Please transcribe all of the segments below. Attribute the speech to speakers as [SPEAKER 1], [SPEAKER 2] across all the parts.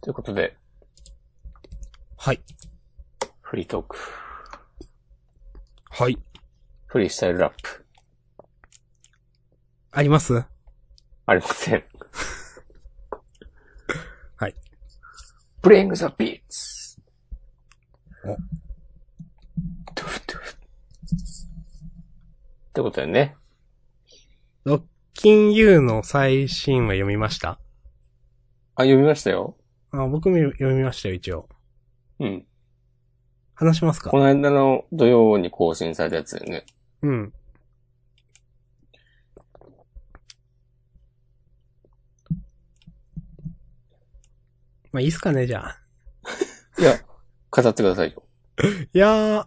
[SPEAKER 1] ということで、
[SPEAKER 2] はい。
[SPEAKER 1] フリートーク、
[SPEAKER 2] はい。
[SPEAKER 1] フリースタイルラップ、
[SPEAKER 2] あります
[SPEAKER 1] ありません。
[SPEAKER 2] はい。
[SPEAKER 1] Bring the beats!
[SPEAKER 2] お
[SPEAKER 1] ドゥフドゥフってことでね、
[SPEAKER 2] ロッキンユーの最新話読みました
[SPEAKER 1] あ、読みましたよ。
[SPEAKER 2] あ僕も読みましたよ、一応。
[SPEAKER 1] うん。
[SPEAKER 2] 話しますか
[SPEAKER 1] この間の土曜に更新されたやつだよね。
[SPEAKER 2] うん。まあ、いいっすかね、じゃあ。
[SPEAKER 1] いや、語ってくださいよ。
[SPEAKER 2] いやー。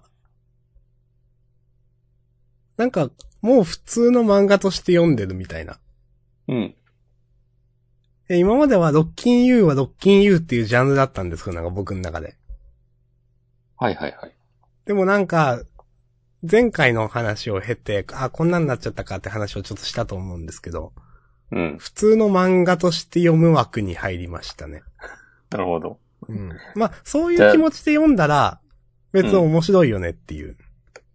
[SPEAKER 2] なんか、もう普通の漫画として読んでるみたいな。
[SPEAKER 1] うん。
[SPEAKER 2] え今まではロッキンユーはロッキンユーっていうジャンルだったんですけど、なんか僕の中で。
[SPEAKER 1] はいはいはい。
[SPEAKER 2] でもなんか、前回の話を経て、あ、こんなんなっちゃったかって話をちょっとしたと思うんですけど、
[SPEAKER 1] うん。
[SPEAKER 2] 普通の漫画として読む枠に入りましたね。
[SPEAKER 1] なるほど。
[SPEAKER 2] うん。まあ、そういう気持ちで読んだら、別に面白いよねっていう。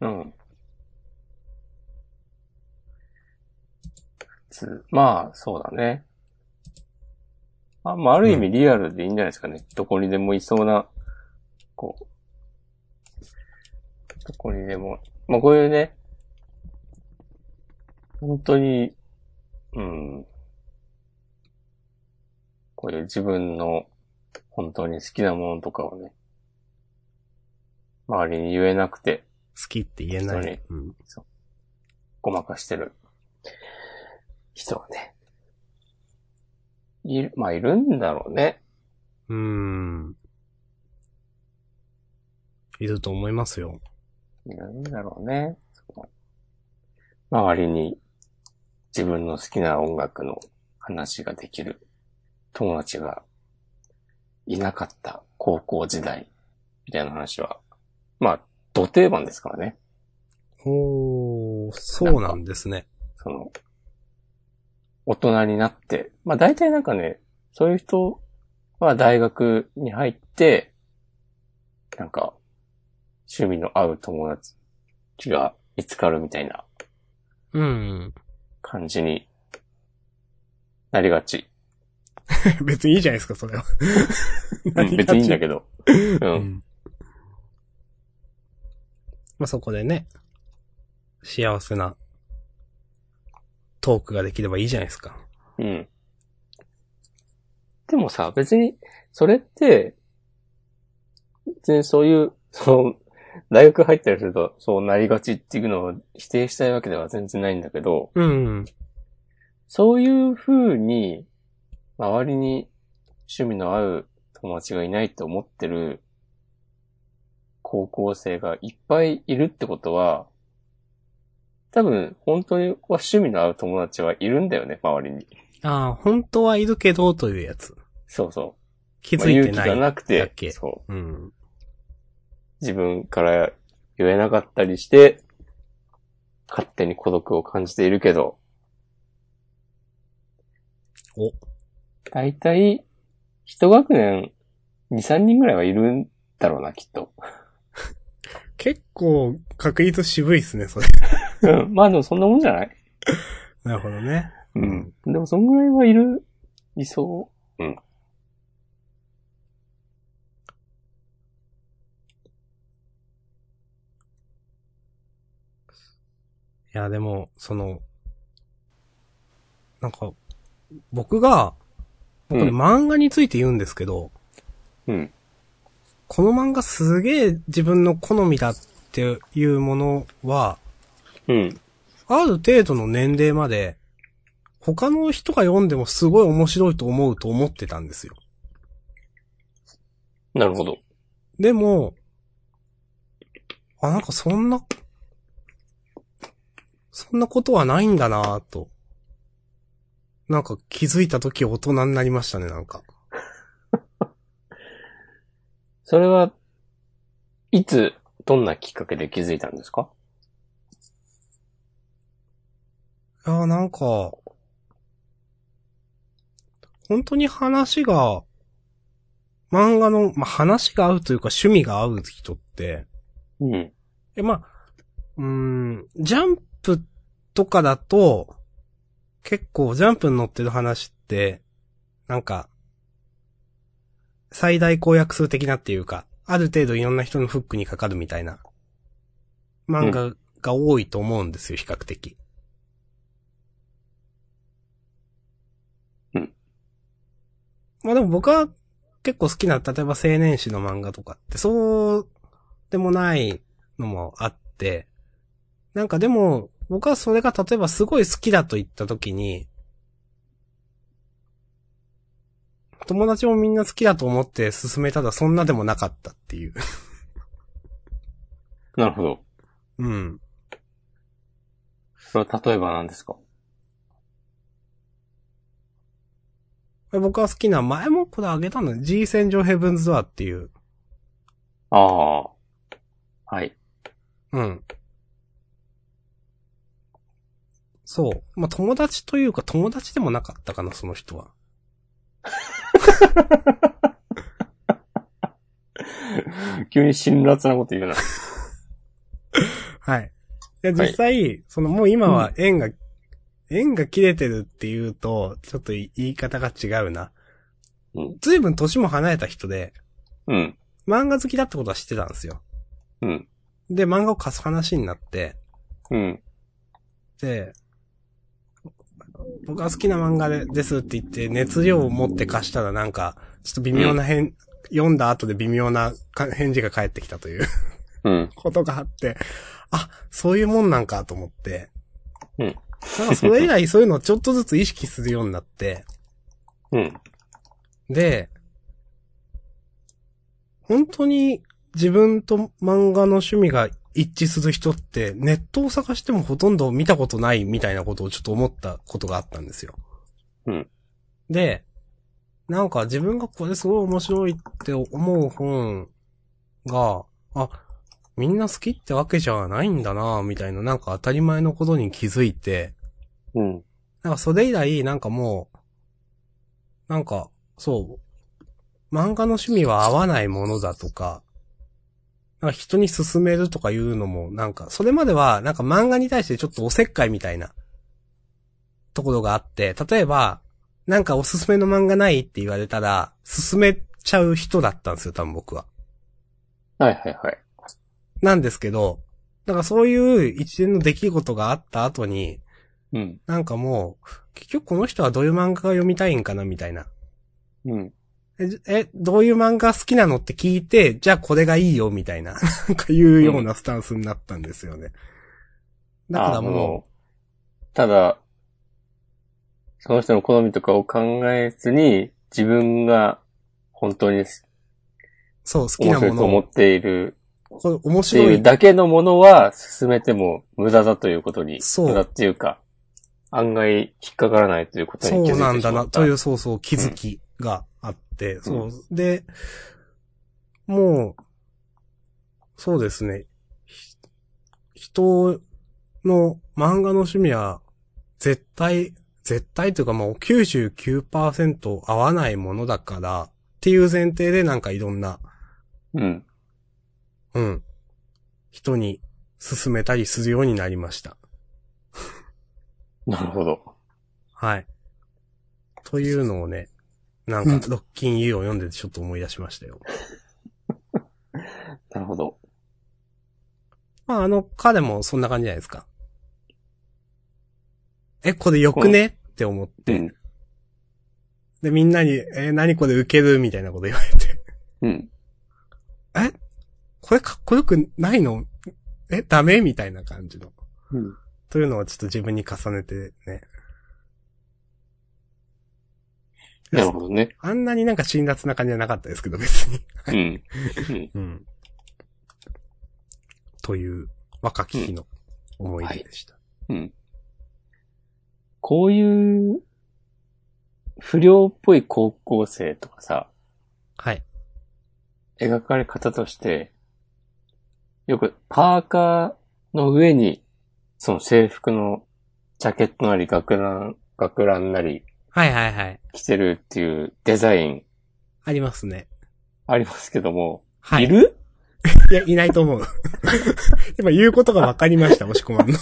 [SPEAKER 1] うん。つまあ、そうだね。あまあ、ある意味リアルでいいんじゃないですかね。どこにでもいそうな、こう。どこにでも。まあ、こういうね、本当に、うん。こういう自分の本当に好きなものとかをね、周りに言えなくて、
[SPEAKER 2] 好きって言えな
[SPEAKER 1] そう
[SPEAKER 2] い
[SPEAKER 1] ね。
[SPEAKER 2] うん。
[SPEAKER 1] ごまかしてる人はね、いる、まあ、いるんだろうね。
[SPEAKER 2] うーん。いると思いますよ。
[SPEAKER 1] いるんだろうね。その周りに自分の好きな音楽の話ができる友達がいなかった高校時代みたいな話は、まあ、土定番ですからね。
[SPEAKER 2] おー、そうなんですね。
[SPEAKER 1] その、大人になって、まあ大体なんかね、そういう人は大学に入って、なんか、趣味の合う友達が見つかるみたいな
[SPEAKER 2] うん。
[SPEAKER 1] 感じになりがち。
[SPEAKER 2] 別にいいじゃないですか、それは。
[SPEAKER 1] うん別にいいんだけど。う。
[SPEAKER 2] どうんん。まあ、そこでね、幸せなトークができればいいじゃないですか。
[SPEAKER 1] うん。でもさ、別に、それって、別にそういう、その、大学入ったりすると、そうなりがちっていうのを否定したいわけでは全然ないんだけど、
[SPEAKER 2] うん。
[SPEAKER 1] そういう風に、周りに趣味の合う友達がいないと思ってる高校生がいっぱいいるってことは、多分、本当には趣味の合う友達はいるんだよね、周りに。
[SPEAKER 2] ああ、本当はいるけど、というやつ。
[SPEAKER 1] そうそう。
[SPEAKER 2] 気
[SPEAKER 1] まあ
[SPEAKER 2] づいて
[SPEAKER 1] 勇気
[SPEAKER 2] ない。
[SPEAKER 1] がなく
[SPEAKER 2] だってけ、
[SPEAKER 1] そう。
[SPEAKER 2] うん。
[SPEAKER 1] 自分から言えなかったりして、勝手に孤独を感じているけど、
[SPEAKER 2] お、
[SPEAKER 1] 大体、一学年、2、3人ぐらいはいるんだろうな、きっと。
[SPEAKER 2] 結構、確率渋いっすね、それ。
[SPEAKER 1] うん。 まあでもそんなもんじゃない
[SPEAKER 2] なるほどね。
[SPEAKER 1] うん。でもそんぐらいはいる、いそう。
[SPEAKER 2] いや、でも、その、なんか、僕が、
[SPEAKER 1] う
[SPEAKER 2] これ
[SPEAKER 1] ん。
[SPEAKER 2] 漫画について言うんですけど、
[SPEAKER 1] うん。
[SPEAKER 2] この漫画すげえ自分の好みだっていうものは、
[SPEAKER 1] うん。
[SPEAKER 2] ある程度の年齢まで、他の人が読んでもすごい面白いと思うと思ってたんですよ。
[SPEAKER 1] なるほど。
[SPEAKER 2] でも、あ、なんかそんな、そんなことはないんだなぁと。なんか気づいた時大人になりましたね、なんか。
[SPEAKER 1] それは、いつ、どんなきっかけで気づいたんですか
[SPEAKER 2] いやーなんか、本当に話が、漫画の、まあ、話が合うというか趣味が合う人って、
[SPEAKER 1] うん。
[SPEAKER 2] え、まあ、うーん、ジャンプとかだと、結構ジャンプに載ってる話って、なんか、最大公約数的なっていうか、ある程度いろんな人のフックにかかるみたいな、漫画が多いと思うんですよ、比較的。
[SPEAKER 1] うん。
[SPEAKER 2] まあでも僕は結構好きな、例えば青年誌の漫画とかって、そうでもないのもあって、なんかでも、僕はそれが例えばすごい好きだと言った時に、友達もみんな好きだと思って進めたらそんなでもなかったっていう。
[SPEAKER 1] なるほど。
[SPEAKER 2] うん。
[SPEAKER 1] それは例えば何ですか
[SPEAKER 2] 僕は好きな、前もこれあげたの G 戦場ヘブンズドアっていう。
[SPEAKER 1] ああ。はい。
[SPEAKER 2] うん。そう。まあ、友達というか友達でもなかったかな、その人は。
[SPEAKER 1] 急に辛辣なこと言うな。
[SPEAKER 2] はい。いや、
[SPEAKER 1] はい
[SPEAKER 2] 実際、そのもう今は縁が、縁が切れてるっていうと、ちょっと言い方が違うな
[SPEAKER 1] うん。
[SPEAKER 2] ずいぶん年も離れた人で、
[SPEAKER 1] うん。
[SPEAKER 2] 漫画好きだってことは知ってたんですよ。
[SPEAKER 1] うん。
[SPEAKER 2] で、漫画を貸す話になって、
[SPEAKER 1] うん。
[SPEAKER 2] で、僕は好きな漫画でですって言って、熱量を持って貸したらなんか、ちょっと微妙な変、読んだ後で微妙なか返事が返ってきたという
[SPEAKER 1] うん。
[SPEAKER 2] ことがあって、あ、そういうもんなんかと思って。
[SPEAKER 1] うん。
[SPEAKER 2] なんかそれ以来そういうのをちょっとずつ意識するようになって、
[SPEAKER 1] うん。
[SPEAKER 2] で、本当に自分と漫画の趣味が一致する人ってネットを探してもほとんど見たことないみたいなことをちょっと思ったことがあったんですよ。
[SPEAKER 1] うん。
[SPEAKER 2] で、なんか自分がこれすごい面白いって思う本が、あ、みんな好きってわけじゃないんだなみたいななんか当たり前のことに気づいて、
[SPEAKER 1] うん。
[SPEAKER 2] なんかそれ以来、なんかもう、なんか、そう、漫画の趣味は合わないものだとか、なんか人に勧めるとかいうのも、なんか、それまでは、なんか漫画に対してちょっとおせっかいみたいな、ところがあって、例えば、なんかおすすめの漫画ないって言われたら、勧めちゃう人だったんですよ、多分僕は。
[SPEAKER 1] はいはいはい。
[SPEAKER 2] なんですけど、なんかそういう一連の出来事があった後に、
[SPEAKER 1] うん。
[SPEAKER 2] なんかもう、結局この人はどういう漫画が読みたいんかなみたいな。
[SPEAKER 1] うん。
[SPEAKER 2] え、じえどういう漫画好きなのって聞いて、じゃあこれがいいよみたいな、なんかいうようなスタンスになったんですよね。だから
[SPEAKER 1] あ
[SPEAKER 2] も
[SPEAKER 1] のただ、その人の好みとかを考えずに、自分が本当に
[SPEAKER 2] う、そう、好き
[SPEAKER 1] 面
[SPEAKER 2] な
[SPEAKER 1] 白
[SPEAKER 2] も
[SPEAKER 1] いと
[SPEAKER 2] の
[SPEAKER 1] 思
[SPEAKER 2] を、
[SPEAKER 1] っている
[SPEAKER 2] これ面
[SPEAKER 1] って
[SPEAKER 2] 白
[SPEAKER 1] い。
[SPEAKER 2] いう
[SPEAKER 1] だけのものは進めても無駄だということに、
[SPEAKER 2] そう
[SPEAKER 1] 無駄っていうか、案外引っかからないということに気づいて
[SPEAKER 2] そ
[SPEAKER 1] し
[SPEAKER 2] う
[SPEAKER 1] ま
[SPEAKER 2] な
[SPEAKER 1] った。
[SPEAKER 2] んだな、という、そうそう、気づきがあって、そう。で、もう、そうですね。ひ人の漫画の趣味は、絶対、絶対というかもう99%合わないものだから、っていう前提でなんかいろんな、
[SPEAKER 1] うん。
[SPEAKER 2] うん、人に勧めたりするようになりました。
[SPEAKER 1] なるほど。
[SPEAKER 2] はい。というのをね、なんか、ロッキン U を読んでてちょっと思い出しましたよ。
[SPEAKER 1] なるほど。
[SPEAKER 2] まあ、あの、彼もそんな感じじゃないですか。え、これよくねって思っ
[SPEAKER 1] う
[SPEAKER 2] て、
[SPEAKER 1] ん。
[SPEAKER 2] で、みんなに、えー何これウケるみたいなこと言われて、
[SPEAKER 1] うん。
[SPEAKER 2] これかっこよくないのえ、ダメみたいな感じの。
[SPEAKER 1] うん。
[SPEAKER 2] というのをちょっと自分に重ねてね。
[SPEAKER 1] なるほどね。
[SPEAKER 2] あんなになんか辛辣な感じじゃなかったですけど、別に。
[SPEAKER 1] うん。うん
[SPEAKER 2] うん。という、若き日の思い出でした。
[SPEAKER 1] うん。こういう、不良っぽい高校生とかさ、
[SPEAKER 2] はい。
[SPEAKER 1] 描かれ方として、よくパーカーの上に、その制服のジャケットなり学ラン、学ランなり
[SPEAKER 2] はいはいはい。
[SPEAKER 1] 着てるっていうデザイン
[SPEAKER 2] ありますね。
[SPEAKER 1] ありますけども、
[SPEAKER 2] はい。
[SPEAKER 1] いる
[SPEAKER 2] いや、いないと思う。 今言うことが分かりま した、押し込まんの。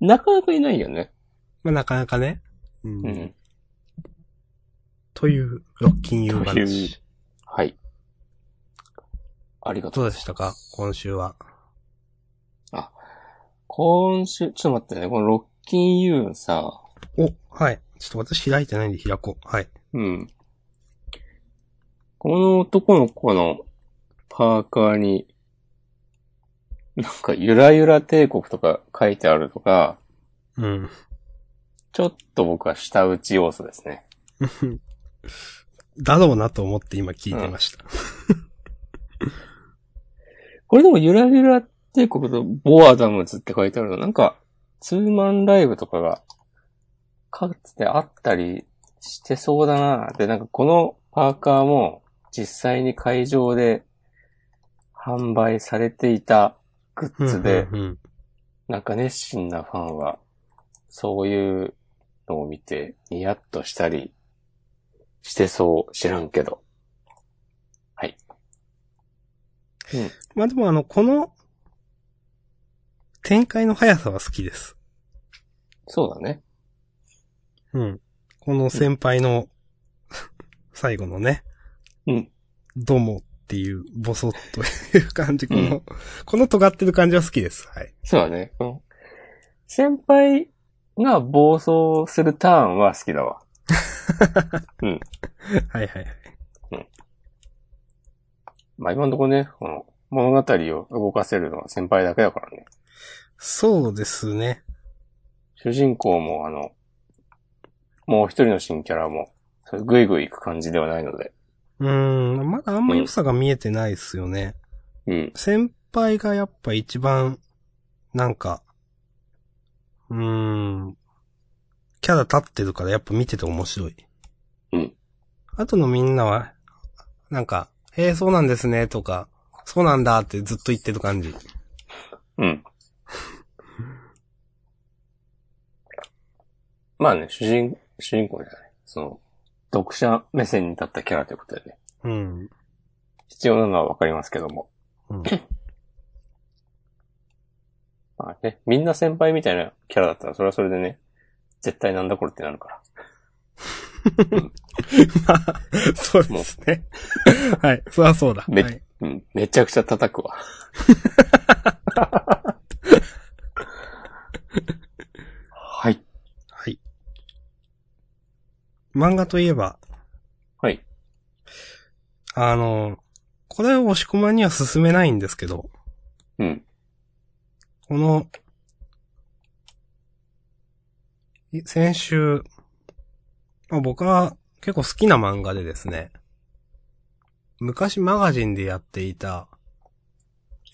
[SPEAKER 1] なかなかいないよね。
[SPEAKER 2] まあ、なかなかね。う。
[SPEAKER 1] うんん。
[SPEAKER 2] という、ロッキンユー
[SPEAKER 1] という
[SPEAKER 2] 話。。
[SPEAKER 1] はい。ありがと
[SPEAKER 2] ど
[SPEAKER 1] う
[SPEAKER 2] う。でしたか今週は。
[SPEAKER 1] 今週、ちょっと待ってね、このロッキンユーさ、
[SPEAKER 2] お、はい。ちょっと私開いてないんで開こう。はい。
[SPEAKER 1] うん。この男の子のパーカーに、なんかゆらゆら帝国とか書いてあるとか、
[SPEAKER 2] うん。
[SPEAKER 1] ちょっと僕は舌打ち要素ですね。
[SPEAKER 2] だろうなと思って今聞いてました。
[SPEAKER 1] これでもゆらゆら帝国とボアダムズって書いてあるの、なんか、ツーマンライブとかが、かつてあったりしてそうだなで、なんかこのパーカーも実際に会場で販売されていたグッズで、
[SPEAKER 2] うんうん
[SPEAKER 1] なんか熱心なファンは、そういうのを見て、ニヤッとしたり、してそう、知らんけど。はい。うん。
[SPEAKER 2] まあでもあの、この、展開の速さは好きです。
[SPEAKER 1] そうだね。
[SPEAKER 2] うん。この先輩の、最後のね、
[SPEAKER 1] うん。
[SPEAKER 2] どうもっていう、ボソッという感じ、この、この尖ってる感じは好きです。はい。
[SPEAKER 1] そうだね。うん。先輩が暴走するターンは好きだわ。
[SPEAKER 2] はいはいはい。
[SPEAKER 1] まあ今のところね、この物語を動かせるのは先輩だけだからね。
[SPEAKER 2] そうですね。
[SPEAKER 1] 主人公もあの、もう一人の新キャラも、そういうグイグイ行く感じではないので。
[SPEAKER 2] うーん、まだあんま良さが見えてないっすよね。
[SPEAKER 1] うん。
[SPEAKER 2] 先輩がやっぱ一番、なんか、うーん、キャラ立ってるからやっぱ見てて面白い。
[SPEAKER 1] うん。
[SPEAKER 2] あとのみんなは、なんか、えー、そうなんですね、とか、そうなんだってずっと言ってる感じ。
[SPEAKER 1] うん。まあね、主人、主人公じゃない。その、読者目線に立ったキャラということでね。
[SPEAKER 2] うん。
[SPEAKER 1] 必要なのはわかりますけども。
[SPEAKER 2] うん
[SPEAKER 1] まあね、みんな先輩みたいなキャラだったら、それはそれでね、絶対なんだこれってなるから。
[SPEAKER 2] まあ、そうですね。はい、そりゃそうだ。
[SPEAKER 1] め
[SPEAKER 2] はい、
[SPEAKER 1] うん、めちゃくちゃ叩くわ。 はい。
[SPEAKER 2] はい。漫画といえば、
[SPEAKER 1] はい。
[SPEAKER 2] あの、これは押し込まんには進めないんですけど、
[SPEAKER 1] うん。
[SPEAKER 2] この、い先週、まあ、僕は結構好きな漫画でですね、昔マガジンでやっていた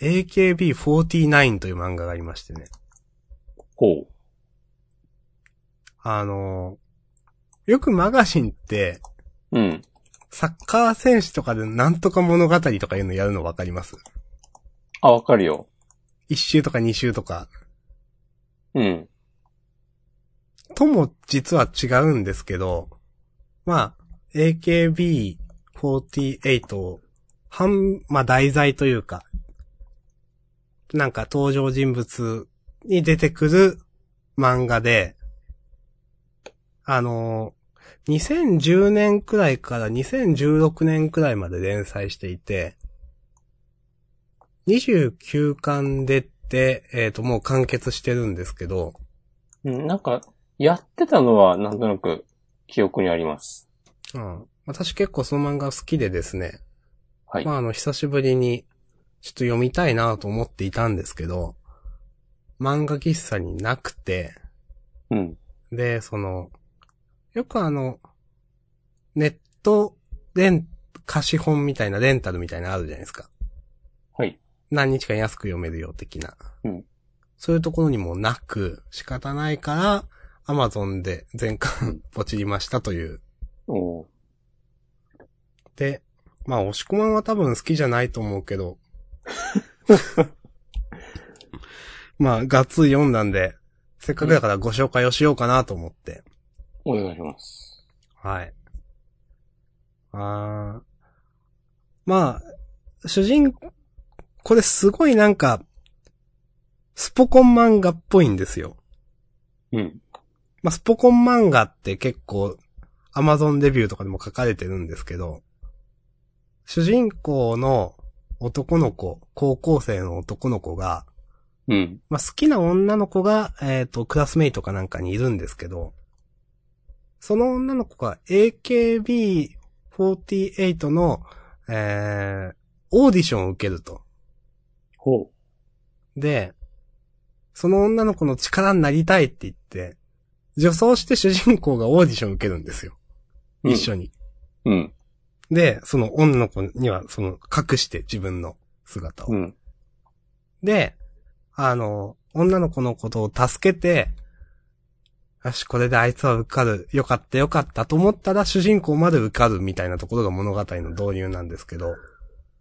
[SPEAKER 2] AKB49 という漫画がありましてね、
[SPEAKER 1] ほう。
[SPEAKER 2] あの、よくマガジンって
[SPEAKER 1] うん。
[SPEAKER 2] サッカー選手とかでなんとか物語とかいうのやるのわかります
[SPEAKER 1] あ、わかるよ。
[SPEAKER 2] 一周とか二周とか。
[SPEAKER 1] うん。
[SPEAKER 2] とも実は違うんですけど、まあ、AKB48 を、半、まあ題材というか、なんか登場人物に出てくる漫画で、あのー、2010年くらいから2016年くらいまで連載していて、29巻出て、えっ、と、もう完結してるんですけど、
[SPEAKER 1] うんなんか、やってたのはなんとなく記憶にあります。
[SPEAKER 2] うん。私結構その漫画好きでですね。
[SPEAKER 1] はい。
[SPEAKER 2] まああの、久しぶりに、ちょっと読みたいなと思っていたんですけど、漫画喫茶になくて、
[SPEAKER 1] うん。
[SPEAKER 2] で、その、よくあの、ネット、レン、貸本みたいな、レンタルみたいなのあるじゃないですか。
[SPEAKER 1] はい。
[SPEAKER 2] 何日間安く読めるよ、的な。
[SPEAKER 1] うん
[SPEAKER 2] そういうところにもなく、仕方ないから、アマゾンで全巻 ポチりましたという
[SPEAKER 1] おう
[SPEAKER 2] で、まあ、押し込まんは多分好きじゃないと思うけど。まあ、ガッツリ読んだんで、せっかくだからご紹介をしようかなと思って。
[SPEAKER 1] お願いします。
[SPEAKER 2] はい。ああ。まあ、主人、これすごいなんか、スポコン漫画っぽいんですよ。
[SPEAKER 1] うん。
[SPEAKER 2] まあ、スポコン漫画って結構、アマゾンデビューとかでも書かれてるんですけど、主人公の男の子、高校生の男の子が、
[SPEAKER 1] うん。
[SPEAKER 2] まあ、好きな女の子が、えっ、と、クラスメイトかなんかにいるんですけど、その女の子が AKB48 の、えー、オーディションを受けると。
[SPEAKER 1] ほ
[SPEAKER 2] で、その女の子の力になりたいって言って、女装して主人公がオーディションを受けるんですよ。
[SPEAKER 1] うん
[SPEAKER 2] 一緒に。
[SPEAKER 1] うん。
[SPEAKER 2] で、その女の子には、その、隠して自分の姿を。
[SPEAKER 1] うん。
[SPEAKER 2] で、あの、女の子のことを助けて、よし、これであいつは受かる。よかったよかったと思ったら主人公まで受かるみたいなところが物語の導入なんですけど。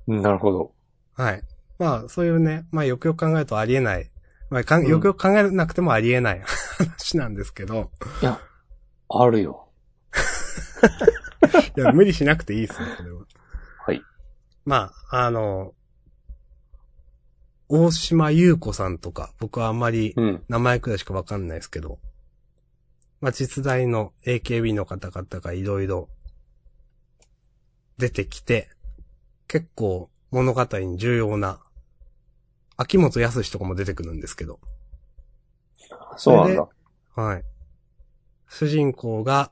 [SPEAKER 1] うん。なるほど。
[SPEAKER 2] はい。まあ、そういうね、まあ、よくよく考えるとありえない。まあ、かん
[SPEAKER 1] うん
[SPEAKER 2] よくよく考えなくてもありえない 話なんですけど。
[SPEAKER 1] あるよ。
[SPEAKER 2] いや、無理しなくていいですね、これは。
[SPEAKER 1] はい。
[SPEAKER 2] まあ、あの、大島優子さんとか、僕はあんまり
[SPEAKER 1] うん。
[SPEAKER 2] 名前くらいしかわかんないですけど、まあ、実在の AKB の方々がいろいろ出てきて、結構物語に重要な、秋元康とかも出てくるんですけど、
[SPEAKER 1] そうなんだ。
[SPEAKER 2] はい。主人公が、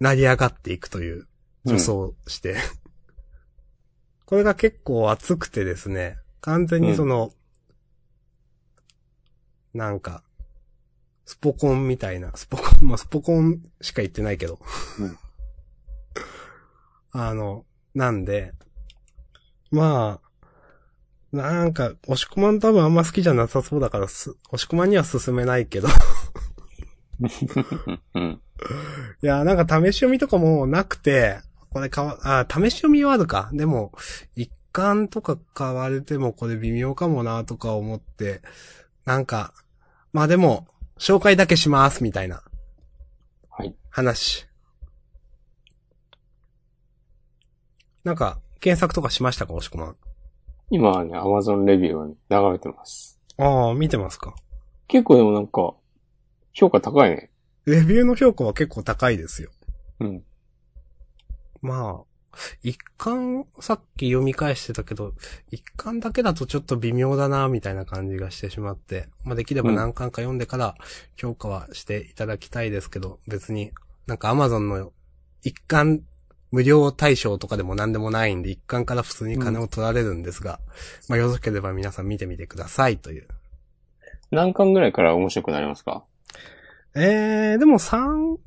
[SPEAKER 2] 成り上がっていくという、女装をして、 これが結構熱くてですね、完全にその、なんか、スポコンみたいな、スポコン、まあ、スポコンしか言ってないけど。
[SPEAKER 1] うん
[SPEAKER 2] あの、なんで、まあ、なんか、押し込まん多分あんま好きじゃなさそうだからす、押し込まんには進めないけど。
[SPEAKER 1] うん。うん。
[SPEAKER 2] いや、なんか試し読みとかもうなくて、これかわ、あ、試し読みはあるか。でも、一巻とか買われてもこれ微妙かもなとか思って、なんか、まあでも、紹介だけします、みたいな
[SPEAKER 1] はい。
[SPEAKER 2] 話。なんか、検索とかしましたか、おしこまん。
[SPEAKER 1] 今はね、Amazon レビューを、ね、眺めてます。
[SPEAKER 2] ああ、見てますか。
[SPEAKER 1] 結構でもなんか、評価高いね。
[SPEAKER 2] レビューの評価は結構高いですよ。
[SPEAKER 1] うん。
[SPEAKER 2] まあ、一巻、さっき読み返してたけど、一巻だけだとちょっと微妙だな、みたいな感じがしてしまって、まあできれば何巻か読んでから評価はしていただきたいですけど、別に、なんか Amazon の一巻無料対象とかでも何でもないんで、一巻から普通に金を取られるんですが、まあよろしければ皆さん見てみてくださいという。
[SPEAKER 1] 何巻ぐらいから面白くなりますか
[SPEAKER 2] えー、でも3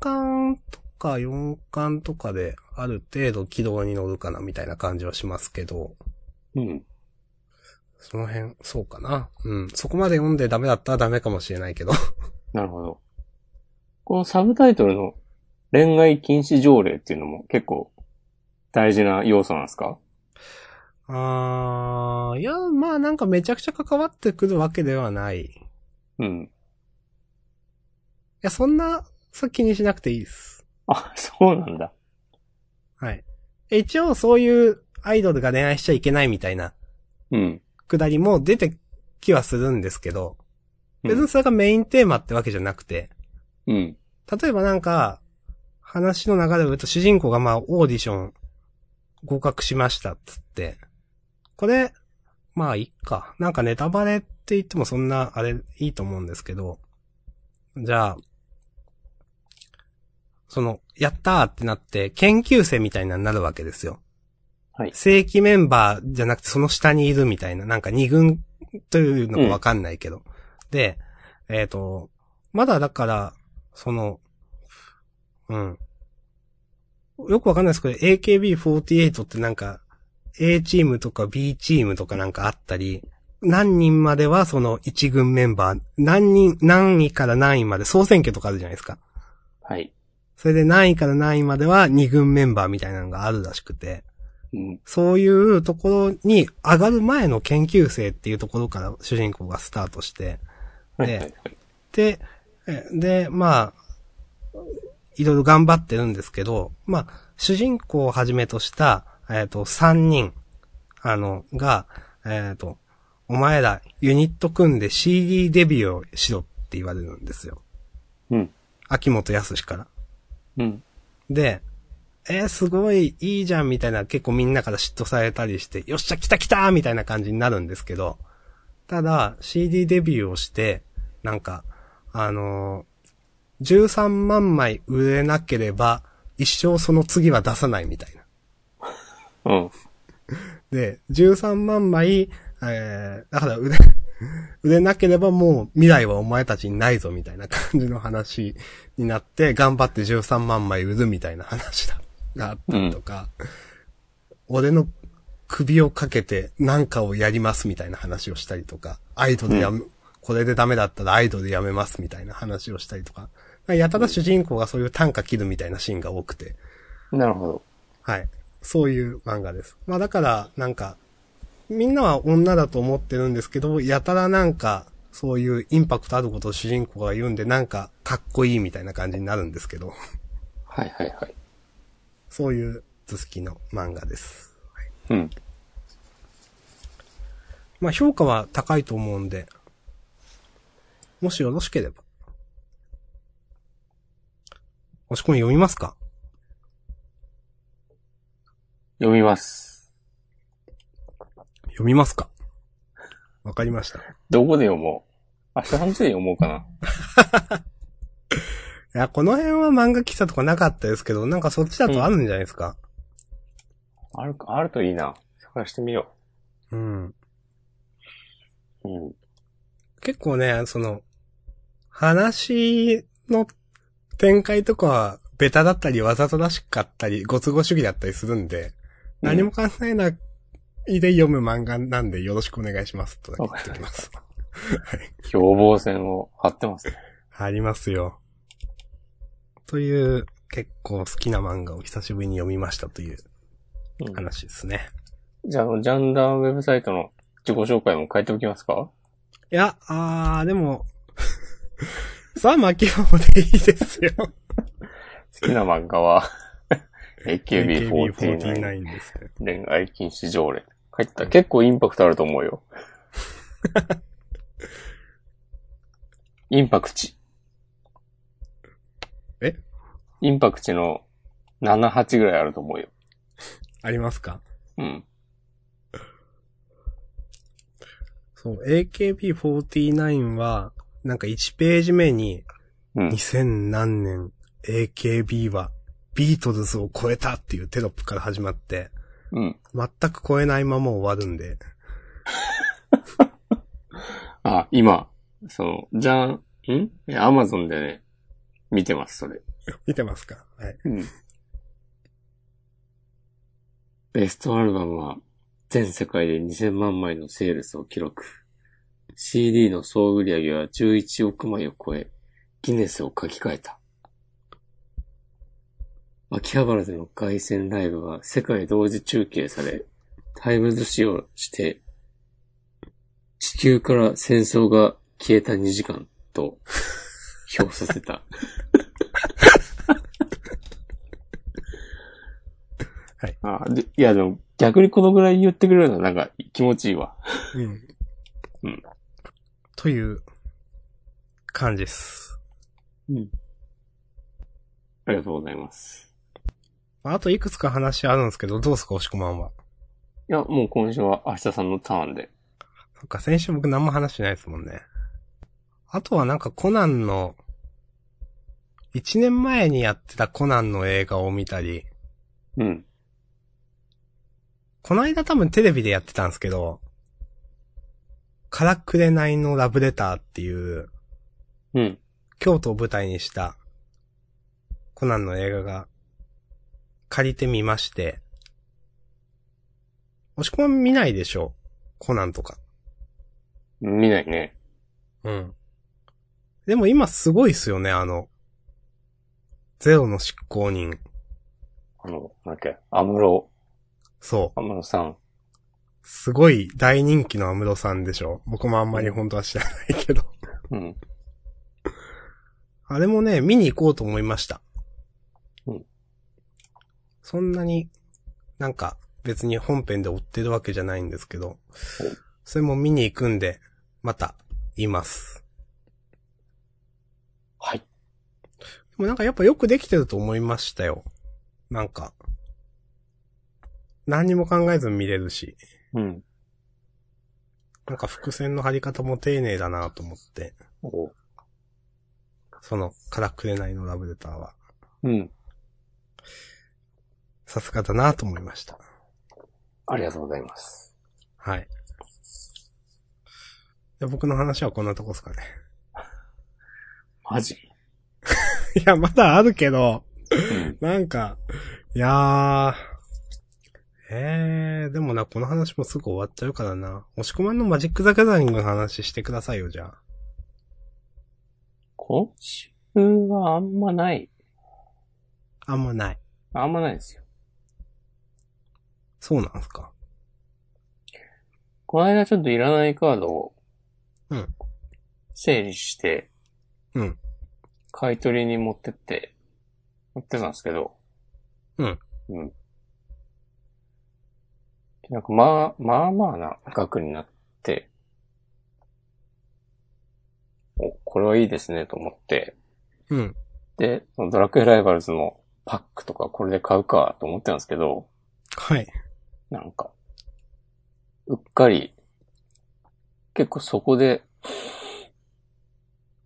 [SPEAKER 2] 巻とか4巻とかである程度軌道に乗るかなみたいな感じはしますけど、
[SPEAKER 1] うん。
[SPEAKER 2] その辺、そうかな。うん。そこまで読んでダメだったらダメかもしれないけど。
[SPEAKER 1] なるほど。このサブタイトルの恋愛禁止条例っていうのも結構大事な要素なんですか
[SPEAKER 2] あー、いや、まあなんかめちゃくちゃ関わってくるわけではない。い
[SPEAKER 1] うん。
[SPEAKER 2] や、そんな、そう気にしなくていいです。
[SPEAKER 1] あ、そうなんだ。
[SPEAKER 2] はい。一応そういうアイドルが恋愛しちゃいけないみたいな
[SPEAKER 1] うん。
[SPEAKER 2] くだりも出てきはするんですけど、別にそれがメインテーマってわけじゃなくて、
[SPEAKER 1] うん。
[SPEAKER 2] 例えばなんか、話の流れを言うと主人公がまあオーディション合格しましたっつって、これ、まあいっか。なんかネタバレって言ってもそんなあれいいと思うんですけど、じゃあ、その、やったーってなって、研究生みたいなのになるわけですよ。
[SPEAKER 1] はい
[SPEAKER 2] 正規メンバーじゃなくてその下にいるみたいな、なんか二軍というのかわかんないけど。で、えっ、と、まだだから、その、うん。よくわかんないですけど、AKB48 ってなんか、A チームとか B チームとかなんかあったり、何人まではその一軍メンバー、何人、何位から何位まで総選挙とかあるじゃないですか。
[SPEAKER 1] はい。
[SPEAKER 2] それで何位から何位までは二軍メンバーみたいなのがあるらしくて、
[SPEAKER 1] うん。
[SPEAKER 2] そういうところに上がる前の研究生っていうところから主人公がスタートして、
[SPEAKER 1] はい
[SPEAKER 2] ね
[SPEAKER 1] はいはい。
[SPEAKER 2] で、えで、まあ、いろいろ頑張ってるんですけど、まあ、主人公をはじめとした、えっ、と、三人、あの、が、えっ、と、お前ら、ユニット組んで CD デビューをしろって言われるんですよ。
[SPEAKER 1] うん。
[SPEAKER 2] 秋元康から。
[SPEAKER 1] うん。
[SPEAKER 2] で、えー、すごいいいじゃんみたいな結構みんなから嫉妬されたりして、よっしゃ来た来たみたいな感じになるんですけど、ただ CD デビューをして、なんか、あのー13万枚売れなければ一生その次は出さないみたいな。
[SPEAKER 1] うん。
[SPEAKER 2] で、13万枚、えー、だから 売れ、売れなければもう未来はお前たちにないぞみたいな感じの話になって、頑張って13万枚売るみたいな話だ、があったりとか、俺の首をかけて何かをやりますみたいな話をしたりとか、アイドルやめ、これでダメだったらアイドルやめますみたいな話をしたりとか、やたら主人公がそういう短歌切るみたいなシーンが多くて、
[SPEAKER 1] なるほど。
[SPEAKER 2] はい。そういう漫画です。まあだから、なんか、みんなは女だと思ってるんですけど、やたらなんか、そういうインパクトあることを主人公が言うんで、なんか、かっこいいみたいな感じになるんですけど、
[SPEAKER 1] はいはいはい。
[SPEAKER 2] そういう図式の漫画です。
[SPEAKER 1] うん。
[SPEAKER 2] まあ評価は高いと思うんで、もしよろしければ。押し込み読みますか
[SPEAKER 1] 読みます。
[SPEAKER 2] 読みますかわかりました。
[SPEAKER 1] どこで読もう明日半日で読もうかな。
[SPEAKER 2] いや、この辺は漫画喫茶とかなかったですけど、なんかそっちだとあるんじゃないですか。
[SPEAKER 1] あるか、あるといいな。探してみよ
[SPEAKER 2] うん。
[SPEAKER 1] う。うん。
[SPEAKER 2] 結構ね、その、話の展開とかは、ベタだったり、わざとらしかったり、ご都合主義だったりするんで、何も考えないで読む漫画なんでよろしくお願いしますとだけ言っておきます。
[SPEAKER 1] 標榜線を張ってますね。
[SPEAKER 2] ありますよ。という、結構好きな漫画を久しぶりに読みましたという
[SPEAKER 1] うん
[SPEAKER 2] 話ですね。
[SPEAKER 1] じゃあ、あのジャンダーウェブサイトの自己紹介も書いておきますか
[SPEAKER 2] いや、あー、でも、 さあ、巻き方でいいですよ。
[SPEAKER 1] 好きな漫画は、AKB49
[SPEAKER 2] AKB49 ですね。
[SPEAKER 1] 恋愛禁止条例。書いてた。結構インパクトあると思う よ。インパクチ。
[SPEAKER 2] え
[SPEAKER 1] インパクチの7、8ぐらいあると思うよ。
[SPEAKER 2] ありますか
[SPEAKER 1] うん。
[SPEAKER 2] そう、AKB49 は、なんか1ページ目に、
[SPEAKER 1] うん
[SPEAKER 2] 2000何年 AKB はビートルズを超えたっていうテロップから始まって、
[SPEAKER 1] うん。
[SPEAKER 2] 全く超えないまま終わるんで、
[SPEAKER 1] あ、今、その、じゃん、んえアマゾンでね、見てます、それ。
[SPEAKER 2] 見てますかはい。
[SPEAKER 1] うん。ベストアルバムは全世界で2000万枚のセールスを記録。CD の総売り上げは11億枚を超え、ギネスを書き換えた。秋葉原での凱旋ライブは世界同時中継され、タイムズ使用して、地球から戦争が消えた2時間と、評させ た。あで、いやでも逆にこのぐらい言ってくれるのはなんか気持ちいいわ。
[SPEAKER 2] う
[SPEAKER 1] う
[SPEAKER 2] ん。
[SPEAKER 1] ん
[SPEAKER 2] という、感じです。
[SPEAKER 1] ありがとうございます。
[SPEAKER 2] あといくつか話あるんですけど、どうですか、押し込まんは。
[SPEAKER 1] いや、もう今週は明日さんのターンで。
[SPEAKER 2] そっか、先週僕何も話してないですもんね。あとはなんかコナンの、1年前にやってたコナンの映画を見たり、
[SPEAKER 1] うん。
[SPEAKER 2] この間多分テレビでやってたんですけど、からくれないのラブレターっていう、
[SPEAKER 1] うん。
[SPEAKER 2] 京都を舞台にした、コナンの映画が、借りてみまして、押し込み見ないでしょコナンとか。
[SPEAKER 1] 見ないね。
[SPEAKER 2] うん。でも今すごいっすよね、あの、ゼロの執行人。
[SPEAKER 1] あの、なんだっけ、アムロ、
[SPEAKER 2] そう。
[SPEAKER 1] アムロさん。
[SPEAKER 2] すごい大人気のアムロさんでしょ僕もあんまり本当は知らないけど。
[SPEAKER 1] うん。
[SPEAKER 2] あれもね、見に行こうと思いました。
[SPEAKER 1] うん
[SPEAKER 2] そんなに、なんか別に本編で追ってるわけじゃないんですけど、それも見に行くんで、また、います。
[SPEAKER 1] はい。
[SPEAKER 2] でもなんかやっぱよくできてると思いましたよ。なんか、何にも考えず見れるし、
[SPEAKER 1] うん。
[SPEAKER 2] なんか伏線の張り方も丁寧だなと思って、
[SPEAKER 1] お
[SPEAKER 2] その、からくれないのラブレターは、
[SPEAKER 1] うん。
[SPEAKER 2] さすがだなと思いました。
[SPEAKER 1] ありがとうございます。
[SPEAKER 2] はい。で僕の話はこんなとこですかね。
[SPEAKER 1] マジ
[SPEAKER 2] いや、まだあるけど、
[SPEAKER 1] うん。
[SPEAKER 2] なんか、いやー、えー、でもな、この話もすぐ終わっちゃうからな。押し込まんのマジック・ザ・ギャザリングの話してくださいよ、じゃあ。
[SPEAKER 1] 今週はあんまない。
[SPEAKER 2] あんまない。
[SPEAKER 1] あんまないですよ。
[SPEAKER 2] そうなんすか。
[SPEAKER 1] この間ちょっといらないカードを、
[SPEAKER 2] うん
[SPEAKER 1] 整理して、
[SPEAKER 2] うん
[SPEAKER 1] 買い取りに持ってって、持ってたんですけど。
[SPEAKER 2] うん。
[SPEAKER 1] うん。なんかまあ、まあまあな額になって、お、これはいいですねと思って、
[SPEAKER 2] うん。
[SPEAKER 1] で、そのドラクエライバルズのパックとかこれで買うかと思ってたんですけど、
[SPEAKER 2] はい。
[SPEAKER 1] なんか、うっかり、結構そこで、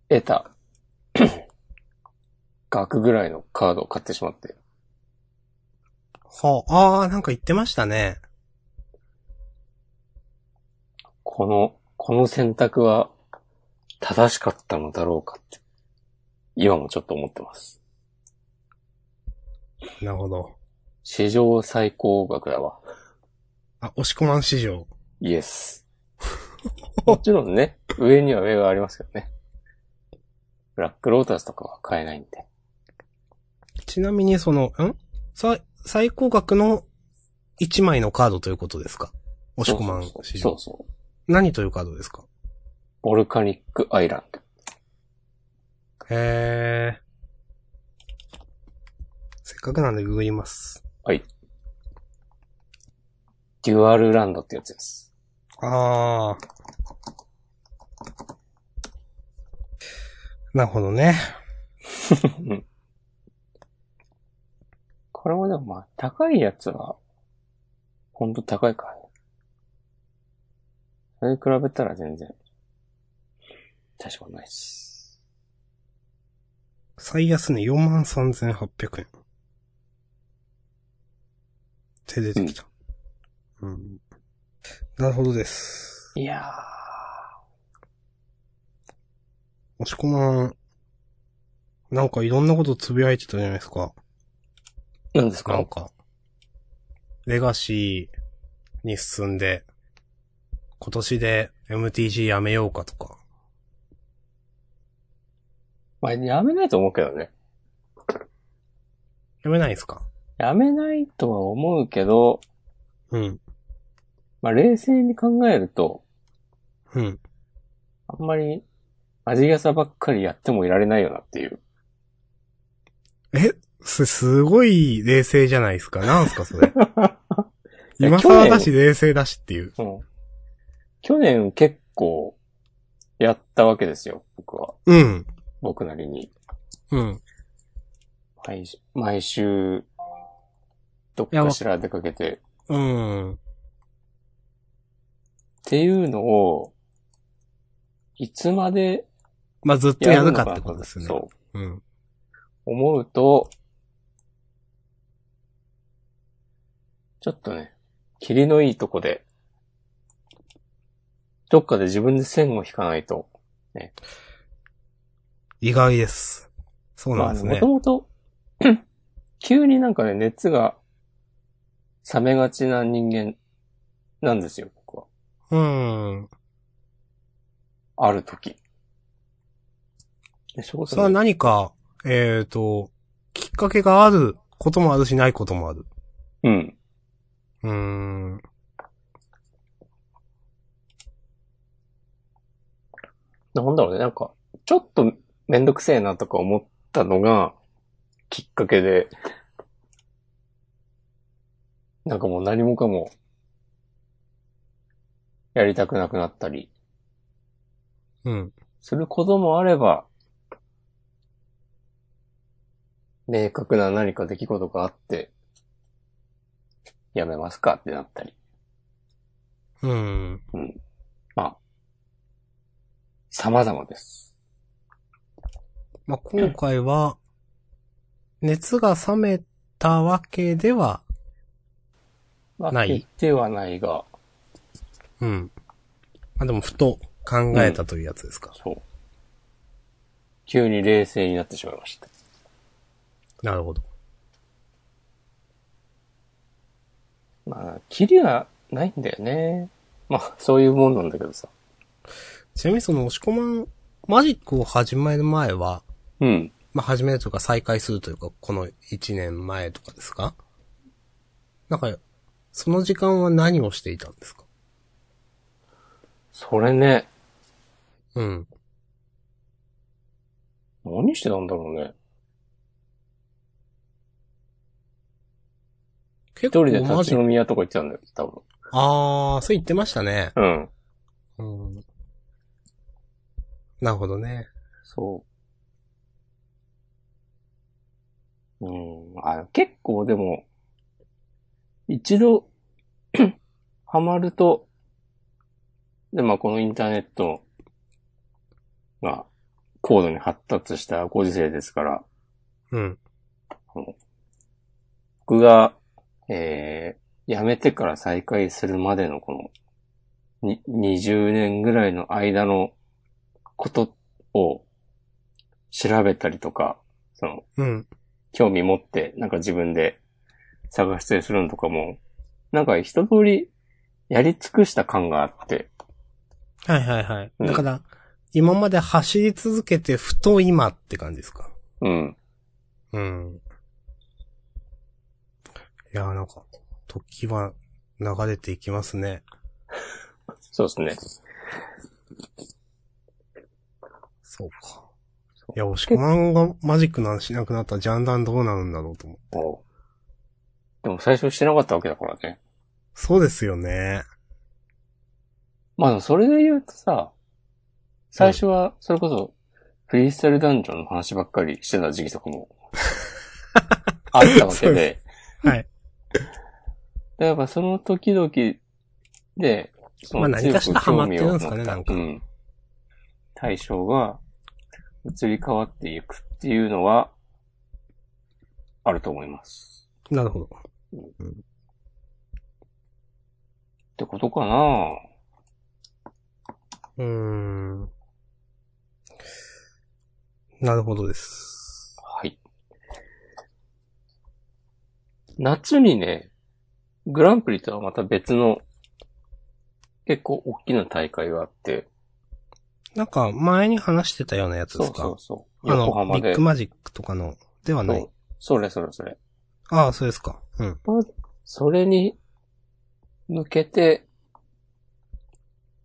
[SPEAKER 1] 得た、 額ぐらいのカードを買ってしまって。
[SPEAKER 2] はあ、あー、なんか言ってましたね。
[SPEAKER 1] この、この選択は正しかったのだろうかって、今もちょっと思ってます。
[SPEAKER 2] なるほど。
[SPEAKER 1] 史上最高額だわ。
[SPEAKER 2] あ、押し込まん市場。
[SPEAKER 1] イエ ス。もちろんね、上には上がありますけどね。ブラックロータスとかは買えないんで。
[SPEAKER 2] ちなみにその、んさ、最高額の1枚のカードということですか押し込まん
[SPEAKER 1] そう
[SPEAKER 2] 市
[SPEAKER 1] そう
[SPEAKER 2] 場。
[SPEAKER 1] そう。
[SPEAKER 2] 何というカードですか
[SPEAKER 1] ボルカニックアイランド。
[SPEAKER 2] へー。せっかくなんでググります。
[SPEAKER 1] デュアルランドってやつです。
[SPEAKER 2] あー。なるほどね。
[SPEAKER 1] これもでもまあ、高いやつは、ほんと高いからね。それに比べたら全然、大したことないです。
[SPEAKER 2] 最安値43,800円。手出てきた。うん。なるほどです。
[SPEAKER 1] いや
[SPEAKER 2] 押し込まん、なんかいろんなことつぶやいてたじゃないですか。
[SPEAKER 1] ー。何です
[SPEAKER 2] な
[SPEAKER 1] か
[SPEAKER 2] んか、レガシーに進んで、今年で MTG やめようかとか。
[SPEAKER 1] まあ、やめないと思うけどね。
[SPEAKER 2] やめないですか
[SPEAKER 1] やめないとは思うけど、
[SPEAKER 2] うん。
[SPEAKER 1] まあ、冷静に考えると、
[SPEAKER 2] うん。
[SPEAKER 1] あんまり、味がさばっかりやってもいられないよなっていう。
[SPEAKER 2] え、す、すごい冷静じゃないですか。なんすかそ れ。
[SPEAKER 1] いや
[SPEAKER 2] 今更だし冷静だしっていう。
[SPEAKER 1] うん。去年結構、やったわけですよ、僕は。
[SPEAKER 2] うん。
[SPEAKER 1] 僕なりに。
[SPEAKER 2] うん。
[SPEAKER 1] 毎週毎週、どっかしら出かけて、
[SPEAKER 2] うん。
[SPEAKER 1] っていうのを、いつまで
[SPEAKER 2] まあ、ずっと
[SPEAKER 1] や
[SPEAKER 2] や
[SPEAKER 1] る
[SPEAKER 2] る
[SPEAKER 1] のか
[SPEAKER 2] か
[SPEAKER 1] な
[SPEAKER 2] ってことですね。
[SPEAKER 1] そう。
[SPEAKER 2] う。ん。
[SPEAKER 1] 思うと、ちょっとね、霧のいいとこで、どっかで自分で線を引かないと、
[SPEAKER 2] 意外です。そうなんです
[SPEAKER 1] も
[SPEAKER 2] ね
[SPEAKER 1] と。もと、 急になんかね、熱が冷めがちな人間なんですよ、僕は。
[SPEAKER 2] うん。
[SPEAKER 1] ある時。で、そこ
[SPEAKER 2] それは何か、えっ、と、きっかけがあることもあるし、ないこともある。
[SPEAKER 1] うん。
[SPEAKER 2] うーん。
[SPEAKER 1] なんだろうね、なんか、ちょっとめんどくせえなとか思ったのが、きっかけで、なんかもう何もかも、やりたくなくなったり、
[SPEAKER 2] うん。
[SPEAKER 1] することもあれば、明確な何か出来事があって、やめますかってなったり、
[SPEAKER 2] うん。
[SPEAKER 1] 様々です。
[SPEAKER 2] まあ、今回は、熱が冷めたわけでは、
[SPEAKER 1] わ
[SPEAKER 2] ない
[SPEAKER 1] けではないが、
[SPEAKER 2] うん。まあ、でも、ふと考えたというやつですか。
[SPEAKER 1] そう。急に冷静になってしまいました。
[SPEAKER 2] なるほど。
[SPEAKER 1] まあ、キリはないんだよね。まあ、そういうもんなんだけどさ。
[SPEAKER 2] ちなみにその、押し込まん、マジックを始める前は、
[SPEAKER 1] うん。
[SPEAKER 2] まあ、始めるというか再開するというか、この1年前とかですかなんか、その時間は何をしていたんですか
[SPEAKER 1] それね、
[SPEAKER 2] うん。
[SPEAKER 1] 何してたんだろうね。
[SPEAKER 2] 結
[SPEAKER 1] 一人で立
[SPEAKER 2] マ
[SPEAKER 1] ち
[SPEAKER 2] ジ
[SPEAKER 1] 飲み屋とか行ってたんだよ、多分。
[SPEAKER 2] あー、そう言ってましたね。
[SPEAKER 1] うん。
[SPEAKER 2] うん。なるほどね。
[SPEAKER 1] そう。うん。あ、結構でも、一度、 ハマると、で、まあ、このインターネットが高度に発達したご時世ですから、
[SPEAKER 2] うん。
[SPEAKER 1] 僕が、えー、辞めてから再開するまでのこの、に20年ぐらいの間のことを調べたりとか、その、
[SPEAKER 2] うん。
[SPEAKER 1] 興味持って、なんか自分で探したりするのとかも、なんか一通りやり尽くした感があって、
[SPEAKER 2] はいはいはい。
[SPEAKER 1] うん
[SPEAKER 2] だから、今まで走り続けて、ふと今って感じですか
[SPEAKER 1] うん。
[SPEAKER 2] うん。いやーなんか、時は流れていきますね。
[SPEAKER 1] そうですね。
[SPEAKER 2] そうか。
[SPEAKER 1] そう
[SPEAKER 2] いや、押し込まんがマジックの話しなくなったらジャンダンどうなるんだろうと思う。
[SPEAKER 1] おうでも最初してなかったわけだからね。
[SPEAKER 2] そうですよね。
[SPEAKER 1] まあでもそれで言うとさ、最初はそれこそフリースタイルダンジョンの話ばっかりしてた時期とか もあったわ
[SPEAKER 2] そ
[SPEAKER 1] け
[SPEAKER 2] う
[SPEAKER 1] で
[SPEAKER 2] で、はい。
[SPEAKER 1] だからやっぱその時々で、そ
[SPEAKER 2] まあ
[SPEAKER 1] の
[SPEAKER 2] 何かしらハマってるんです
[SPEAKER 1] 強
[SPEAKER 2] か
[SPEAKER 1] く興味を持
[SPEAKER 2] ね
[SPEAKER 1] った
[SPEAKER 2] なんか
[SPEAKER 1] うん。対象が移り変わっていくっていうのは、あると思います。
[SPEAKER 2] なるほど。
[SPEAKER 1] ってことかな
[SPEAKER 2] うーん。なるほどです。
[SPEAKER 1] はい。夏にね、グランプリとはまた別の結構大きな大会があって、
[SPEAKER 2] なんか、前に話してたようなやつ
[SPEAKER 1] そ
[SPEAKER 2] で
[SPEAKER 1] う
[SPEAKER 2] すか
[SPEAKER 1] そうそう。
[SPEAKER 2] あ
[SPEAKER 1] 横
[SPEAKER 2] の、
[SPEAKER 1] 浜
[SPEAKER 2] ビッ
[SPEAKER 1] で
[SPEAKER 2] グ。マジックとかの、では
[SPEAKER 1] そ
[SPEAKER 2] ない。
[SPEAKER 1] うそれそれそれ。
[SPEAKER 2] ああ、そうですか。うん。
[SPEAKER 1] それに向けて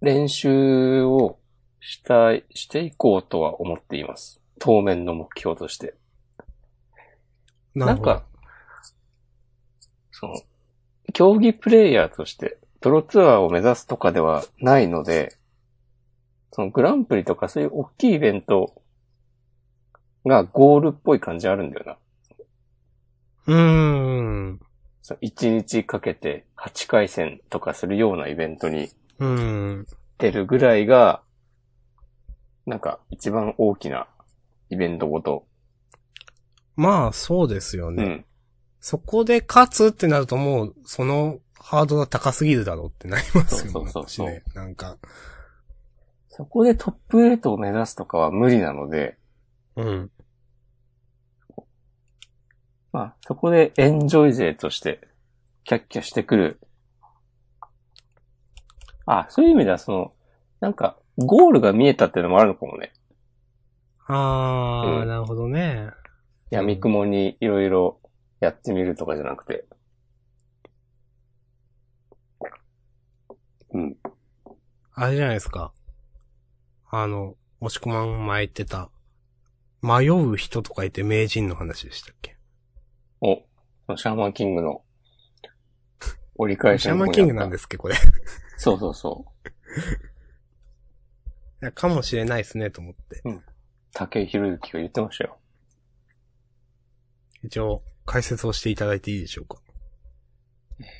[SPEAKER 1] 練習をしたい、していこうとは思っています。当面の目標として。
[SPEAKER 2] な
[SPEAKER 1] な
[SPEAKER 2] る
[SPEAKER 1] ん
[SPEAKER 2] ほど。
[SPEAKER 1] か、その、競技プレイヤーとして、プロツアーを目指すとかではないので、そのグランプリとかそういう大きいイベントがゴールっぽい感じあるんだよな。
[SPEAKER 2] うーん。
[SPEAKER 1] その1日かけて8回戦とかするようなイベントに
[SPEAKER 2] うーん。
[SPEAKER 1] 出るぐらいが、なんか一番大きなイベントごと。
[SPEAKER 2] まあ、そうですよ
[SPEAKER 1] う
[SPEAKER 2] ね。
[SPEAKER 1] ん。
[SPEAKER 2] そこで勝つってなるともう、そのハードルは高すぎるだろうってなりますよね。
[SPEAKER 1] そうそうそうそう
[SPEAKER 2] 私ねなんか。
[SPEAKER 1] そこでトップ8を目指すとかは無理なので、
[SPEAKER 2] うん。
[SPEAKER 1] まあ、そこでエンジョイ勢として、キャッキャしてくる。あ、そういう意味では、その、なんか、ゴールが見えたっていうのもあるのかもね。
[SPEAKER 2] あー、
[SPEAKER 1] うん
[SPEAKER 2] なるほどね。
[SPEAKER 1] 闇雲にいろいろやってみるとかじゃなくて。うん。
[SPEAKER 2] あれじゃないですか。あの、押し込まん前言ってた、迷う人とかいて名人の話でしたっけ
[SPEAKER 1] お、シャーマンキングの折り返し。
[SPEAKER 2] シャーマンキングなんですすっけど、これ。 い
[SPEAKER 1] そうそうそう。
[SPEAKER 2] や、かもしれないですね、と思って。
[SPEAKER 1] 竹井宏之が言ってましたよ。
[SPEAKER 2] 一応、解説をしていただいていいでしょうか。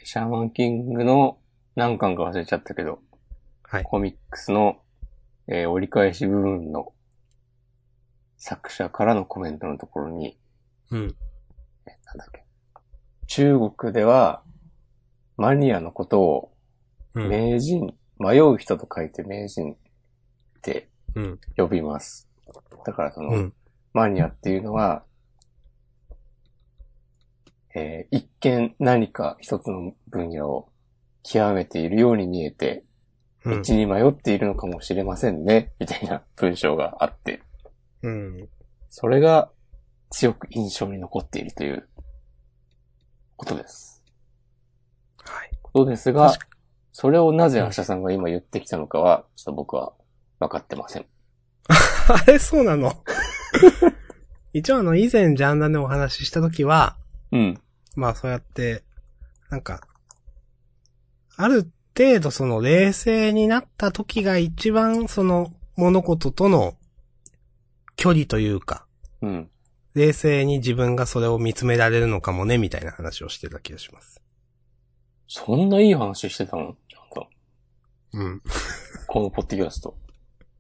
[SPEAKER 1] シャーマンキングの何巻か忘れちゃったけど、
[SPEAKER 2] はい
[SPEAKER 1] コミックスの、えー折り返し部分の作者からのコメントのところに、
[SPEAKER 2] うん。
[SPEAKER 1] なんだっけ。中国ではマニアのことを
[SPEAKER 2] うん。
[SPEAKER 1] 名人、迷う人と書いて名人って
[SPEAKER 2] うん。
[SPEAKER 1] 呼びます。だからその、
[SPEAKER 2] うん。
[SPEAKER 1] マニアっていうのは、えー一見何か一つの分野を極めているように見えて、
[SPEAKER 2] うん
[SPEAKER 1] 道。に迷っているのかもしれませんね、みたいな文章があって、
[SPEAKER 2] うん。
[SPEAKER 1] それが強く印象に残っているということです。
[SPEAKER 2] はい。
[SPEAKER 1] ことですが
[SPEAKER 2] 確、
[SPEAKER 1] それをなぜ明日さんが今言ってきたのかは、ちょっと僕は分かってません。
[SPEAKER 2] あれ、そうなの 一応あの、以前ジャンダンでお話ししたときは、
[SPEAKER 1] うん。
[SPEAKER 2] まあそうやって、なんか、ある程度その冷静になった時が一番その物事との距離というか、
[SPEAKER 1] うん。
[SPEAKER 2] 冷静に自分がそれを見つめられるのかもね、みたいな話をしてた気がします。
[SPEAKER 1] そんないい話してたのちゃんと。
[SPEAKER 2] うん。
[SPEAKER 1] このポッドキャスト。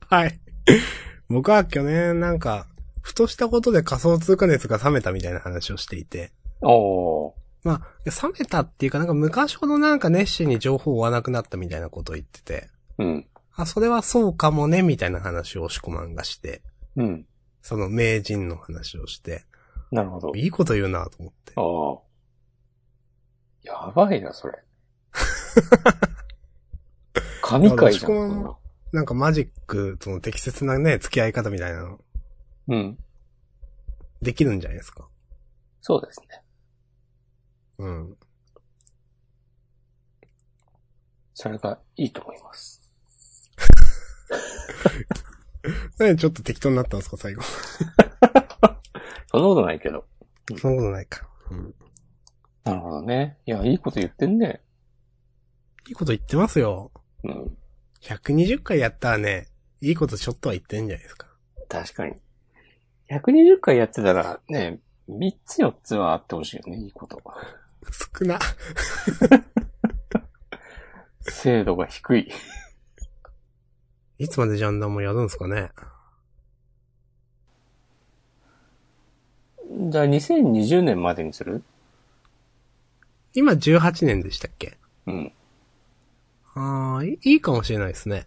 [SPEAKER 2] はい。 僕は去年なんか、ふとしたことで仮想通貨熱が冷めたみたいな話をしていて、
[SPEAKER 1] おー。
[SPEAKER 2] まあ、冷めたっていうかなんか昔ほどなんか熱心に情報を追わなくなったみたいなことを言ってて、
[SPEAKER 1] うん。
[SPEAKER 2] あ、それはそうかもね、みたいな話を押し込まんがして、
[SPEAKER 1] うん。
[SPEAKER 2] その名人の話をして、
[SPEAKER 1] なるほど。
[SPEAKER 2] いいこと言うなと思って。
[SPEAKER 1] ああ。やばいな、それ。神回じゃん。
[SPEAKER 2] あの
[SPEAKER 1] そんな
[SPEAKER 2] なんかマジックとの適切なね、付き合い方みたいなの、
[SPEAKER 1] うん。
[SPEAKER 2] できるんじゃないですか。
[SPEAKER 1] そうですね。
[SPEAKER 2] うん。
[SPEAKER 1] それがいいと思います。
[SPEAKER 2] なんでちょっと適当になったんですか、最後。
[SPEAKER 1] そんなことないけど。
[SPEAKER 2] そんなことないか。うん。
[SPEAKER 1] なるほどね。いや、いいこと言ってんね。
[SPEAKER 2] いいこと言ってますよ。
[SPEAKER 1] うん。
[SPEAKER 2] 120回やったらね、いいことちょっとは言ってんじゃないですか。
[SPEAKER 1] 確かに。120回やってたら、ね、3つ4つはあってほしいよね、いいこと。
[SPEAKER 2] 少な。
[SPEAKER 1] 精度が低い。
[SPEAKER 2] いつまでジャンダンもやるんですかね。
[SPEAKER 1] じゃあ2020年までにする
[SPEAKER 2] 今18年でしたっけ
[SPEAKER 1] うん。
[SPEAKER 2] ああ、いいいかもしれないですね。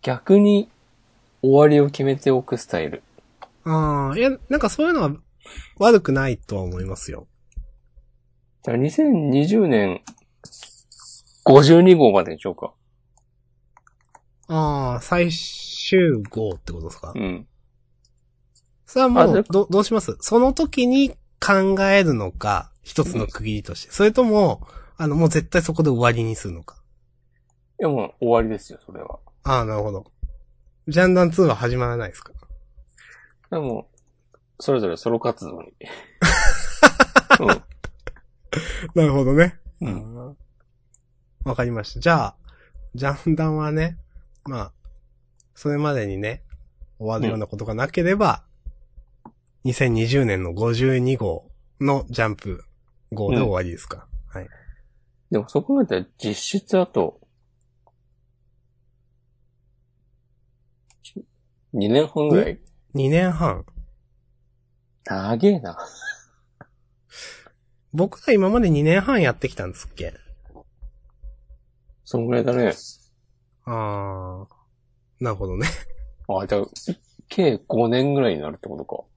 [SPEAKER 1] 逆に、終わりを決めておくスタイル。
[SPEAKER 2] ああ、いや、なんかそういうのは悪くないとは思いますよ。
[SPEAKER 1] じゃあ2020年52号までにしようか。
[SPEAKER 2] ああ、最終号ってことですか、
[SPEAKER 1] うん。
[SPEAKER 2] それは
[SPEAKER 1] あ
[SPEAKER 2] も
[SPEAKER 1] そうれ、
[SPEAKER 2] ど、どうしますその時に考えるのか、一つの区切りとして。それとも、あの、もう絶対そこで終わりにするのか。
[SPEAKER 1] いやもう終わりですよ、それは。
[SPEAKER 2] ああ、なるほど。ジャンダン2は始まらないですか
[SPEAKER 1] でも、それぞれソロ活動に。
[SPEAKER 2] なるほどね。
[SPEAKER 1] うん。うん。
[SPEAKER 2] ん。わかりました。じゃあ、ジャンダンはね、まあ、それまでにね、終わるようなことがなければ、2020年の52号のジャンプ号で終わりですか、はい。
[SPEAKER 1] でもそこまで実質あと、2年半ぐらい。
[SPEAKER 2] 2年半。
[SPEAKER 1] 長えな。
[SPEAKER 2] 僕ら今まで2年半やってきたんですっけ
[SPEAKER 1] そんぐらいだね。
[SPEAKER 2] あー。なるほどね。
[SPEAKER 1] あ、じゃあ、計5年ぐらいになるってこと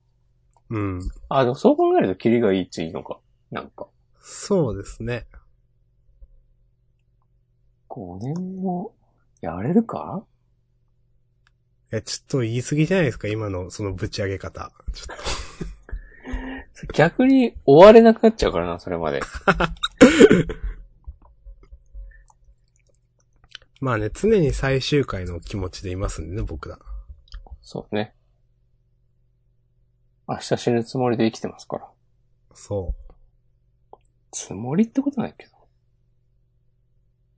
[SPEAKER 2] うん。
[SPEAKER 1] か。あ、でもそう考えるとキリがいいっちゃいいのか。なんか。
[SPEAKER 2] そうですね。
[SPEAKER 1] 5年も、やれるか
[SPEAKER 2] え、ちょっと言い過ぎじゃないですか今のそのぶち上げ方。ちょっ
[SPEAKER 1] 逆に終われなくなっちゃうからな、それまで。
[SPEAKER 2] とまあね、常に最終回の気持ちでいますんでね、僕ら。
[SPEAKER 1] そうね。明日死ぬつもりで生きてますから。
[SPEAKER 2] そ
[SPEAKER 1] つもりってことないけど。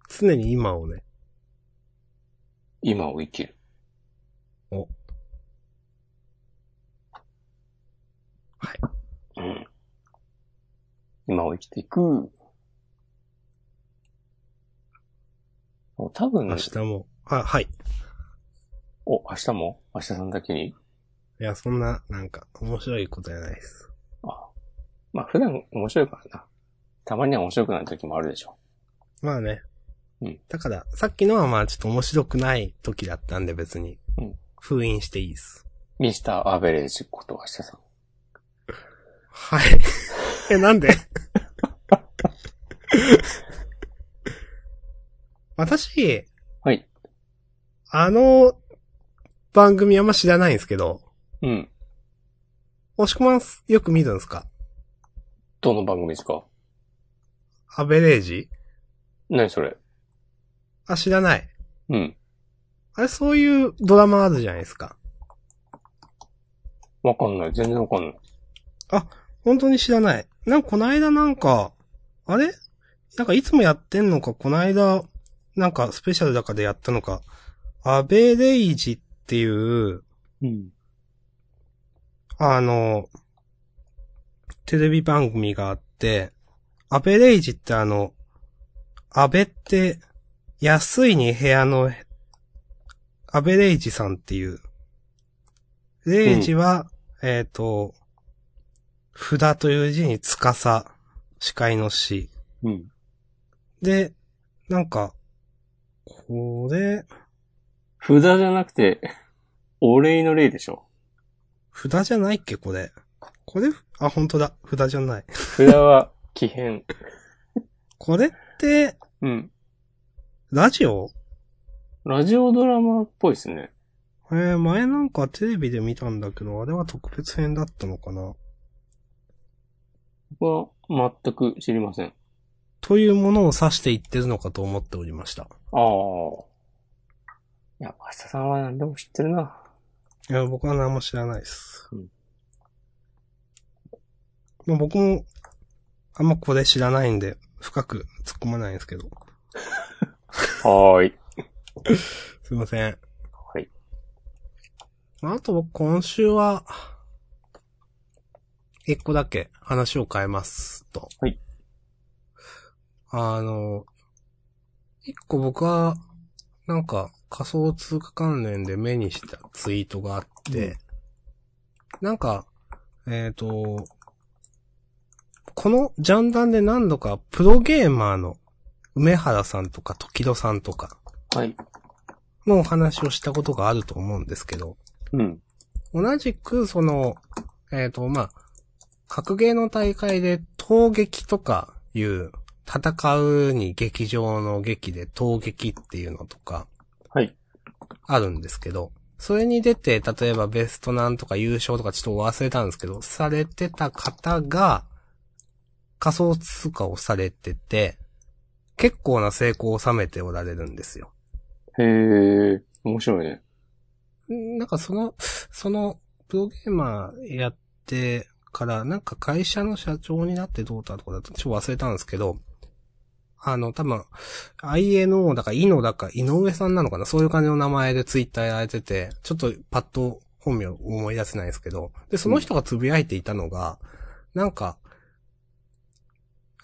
[SPEAKER 2] 常に今をね、
[SPEAKER 1] 今を生きる。
[SPEAKER 2] お。はい。
[SPEAKER 1] うん。今を生きていく。もう多分、
[SPEAKER 2] 明日も、あ、はい。い
[SPEAKER 1] お、明日も明日さんだけに
[SPEAKER 2] や、そんな、なんか、面白いことじゃないです。
[SPEAKER 1] あまあ普段面白いからな。たまには面白くない時もあるでしょ。
[SPEAKER 2] まあね。
[SPEAKER 1] うん。
[SPEAKER 2] だから、さっきのはまあちょっと面白くない時だったんで別に、
[SPEAKER 1] うん
[SPEAKER 2] 封印していいです。
[SPEAKER 1] ミスターアベレージこと明日さん。
[SPEAKER 2] はい。え、なんで私、
[SPEAKER 1] はい。
[SPEAKER 2] あの番組あんま知らないんですけど、
[SPEAKER 1] うん。
[SPEAKER 2] 押し込まんすよく見るんですか
[SPEAKER 1] どの番組ですか
[SPEAKER 2] アベレージ
[SPEAKER 1] 何それ
[SPEAKER 2] あ、知らない。
[SPEAKER 1] うん。
[SPEAKER 2] あれ、そういうドラマあるじゃないですか。
[SPEAKER 1] わかんない。全然わかんない。
[SPEAKER 2] 本当に知らない。なんかこの間なんか、あれなんかいつもやってんのか、この間、なんかスペシャルだかでやったのか、アベレイジっていう、
[SPEAKER 1] うん。
[SPEAKER 2] あの、テレビ番組があって、アベレイジってあの、アベって、安いに部屋の、アベレイジさんっていう。レイジは、えっ、と、札という字に司司会の司。
[SPEAKER 1] うん。
[SPEAKER 2] で、なんか、これ、
[SPEAKER 1] 札じゃなくて、 お礼の礼でしょ。
[SPEAKER 2] 札じゃないっけこれ。これ、あ、本当だ。札じゃない。
[SPEAKER 1] 札は、奇変。
[SPEAKER 2] これって、
[SPEAKER 1] うん。
[SPEAKER 2] ラジオ
[SPEAKER 1] ラジオドラマっぽいですね。
[SPEAKER 2] えー、前なんかテレビで見たんだけど、あれは特別編だったのかな
[SPEAKER 1] 僕は全く知りません。
[SPEAKER 2] というものを指していってるのかと思っておりました。
[SPEAKER 1] ああ。いや、明日さんは何でも知ってるな。
[SPEAKER 2] いや、僕は何も知らないです。
[SPEAKER 1] うん
[SPEAKER 2] まあ僕も、あんまこれ知らないんで、深く突っ込まないんですけど。
[SPEAKER 1] はーい。
[SPEAKER 2] すいません。
[SPEAKER 1] はい。
[SPEAKER 2] まああと僕今週は、一個だけ話を変えますと。
[SPEAKER 1] はい。
[SPEAKER 2] あの、一個僕は、なんか仮想通貨関連で目にしたツイートがあって、なんか、えっ、と、このジャンダンで何度かプロゲーマーの梅原さんとか時戸さんとか、
[SPEAKER 1] はい。
[SPEAKER 2] のお話をしたことがあると思うんですけど、
[SPEAKER 1] うん。
[SPEAKER 2] 同じくその、えっ、と、まあ、格ゲーの大会で闘撃とかいう、戦うに劇場の劇で闘撃っていうのとか
[SPEAKER 1] はい。
[SPEAKER 2] あるんですけど、それに出て、例えばベストなんとか優勝とかちょっと忘れたんですけど、されてた方が仮想通貨をされてて、結構な成功を収めておられるんですよ。
[SPEAKER 1] へえ、面白いね。
[SPEAKER 2] んなんかその、その、プロゲーマーやってから、なんか会社の社長になってどうだとかだと、ちょっと忘れたんですけど、あの、多分、INO だか、イノだか、井上さんなのかなそういう感じの名前でツイッターやられてて、ちょっとパッと本名を思い出せないですけど、で、その人がつぶやいていたのが、なんか、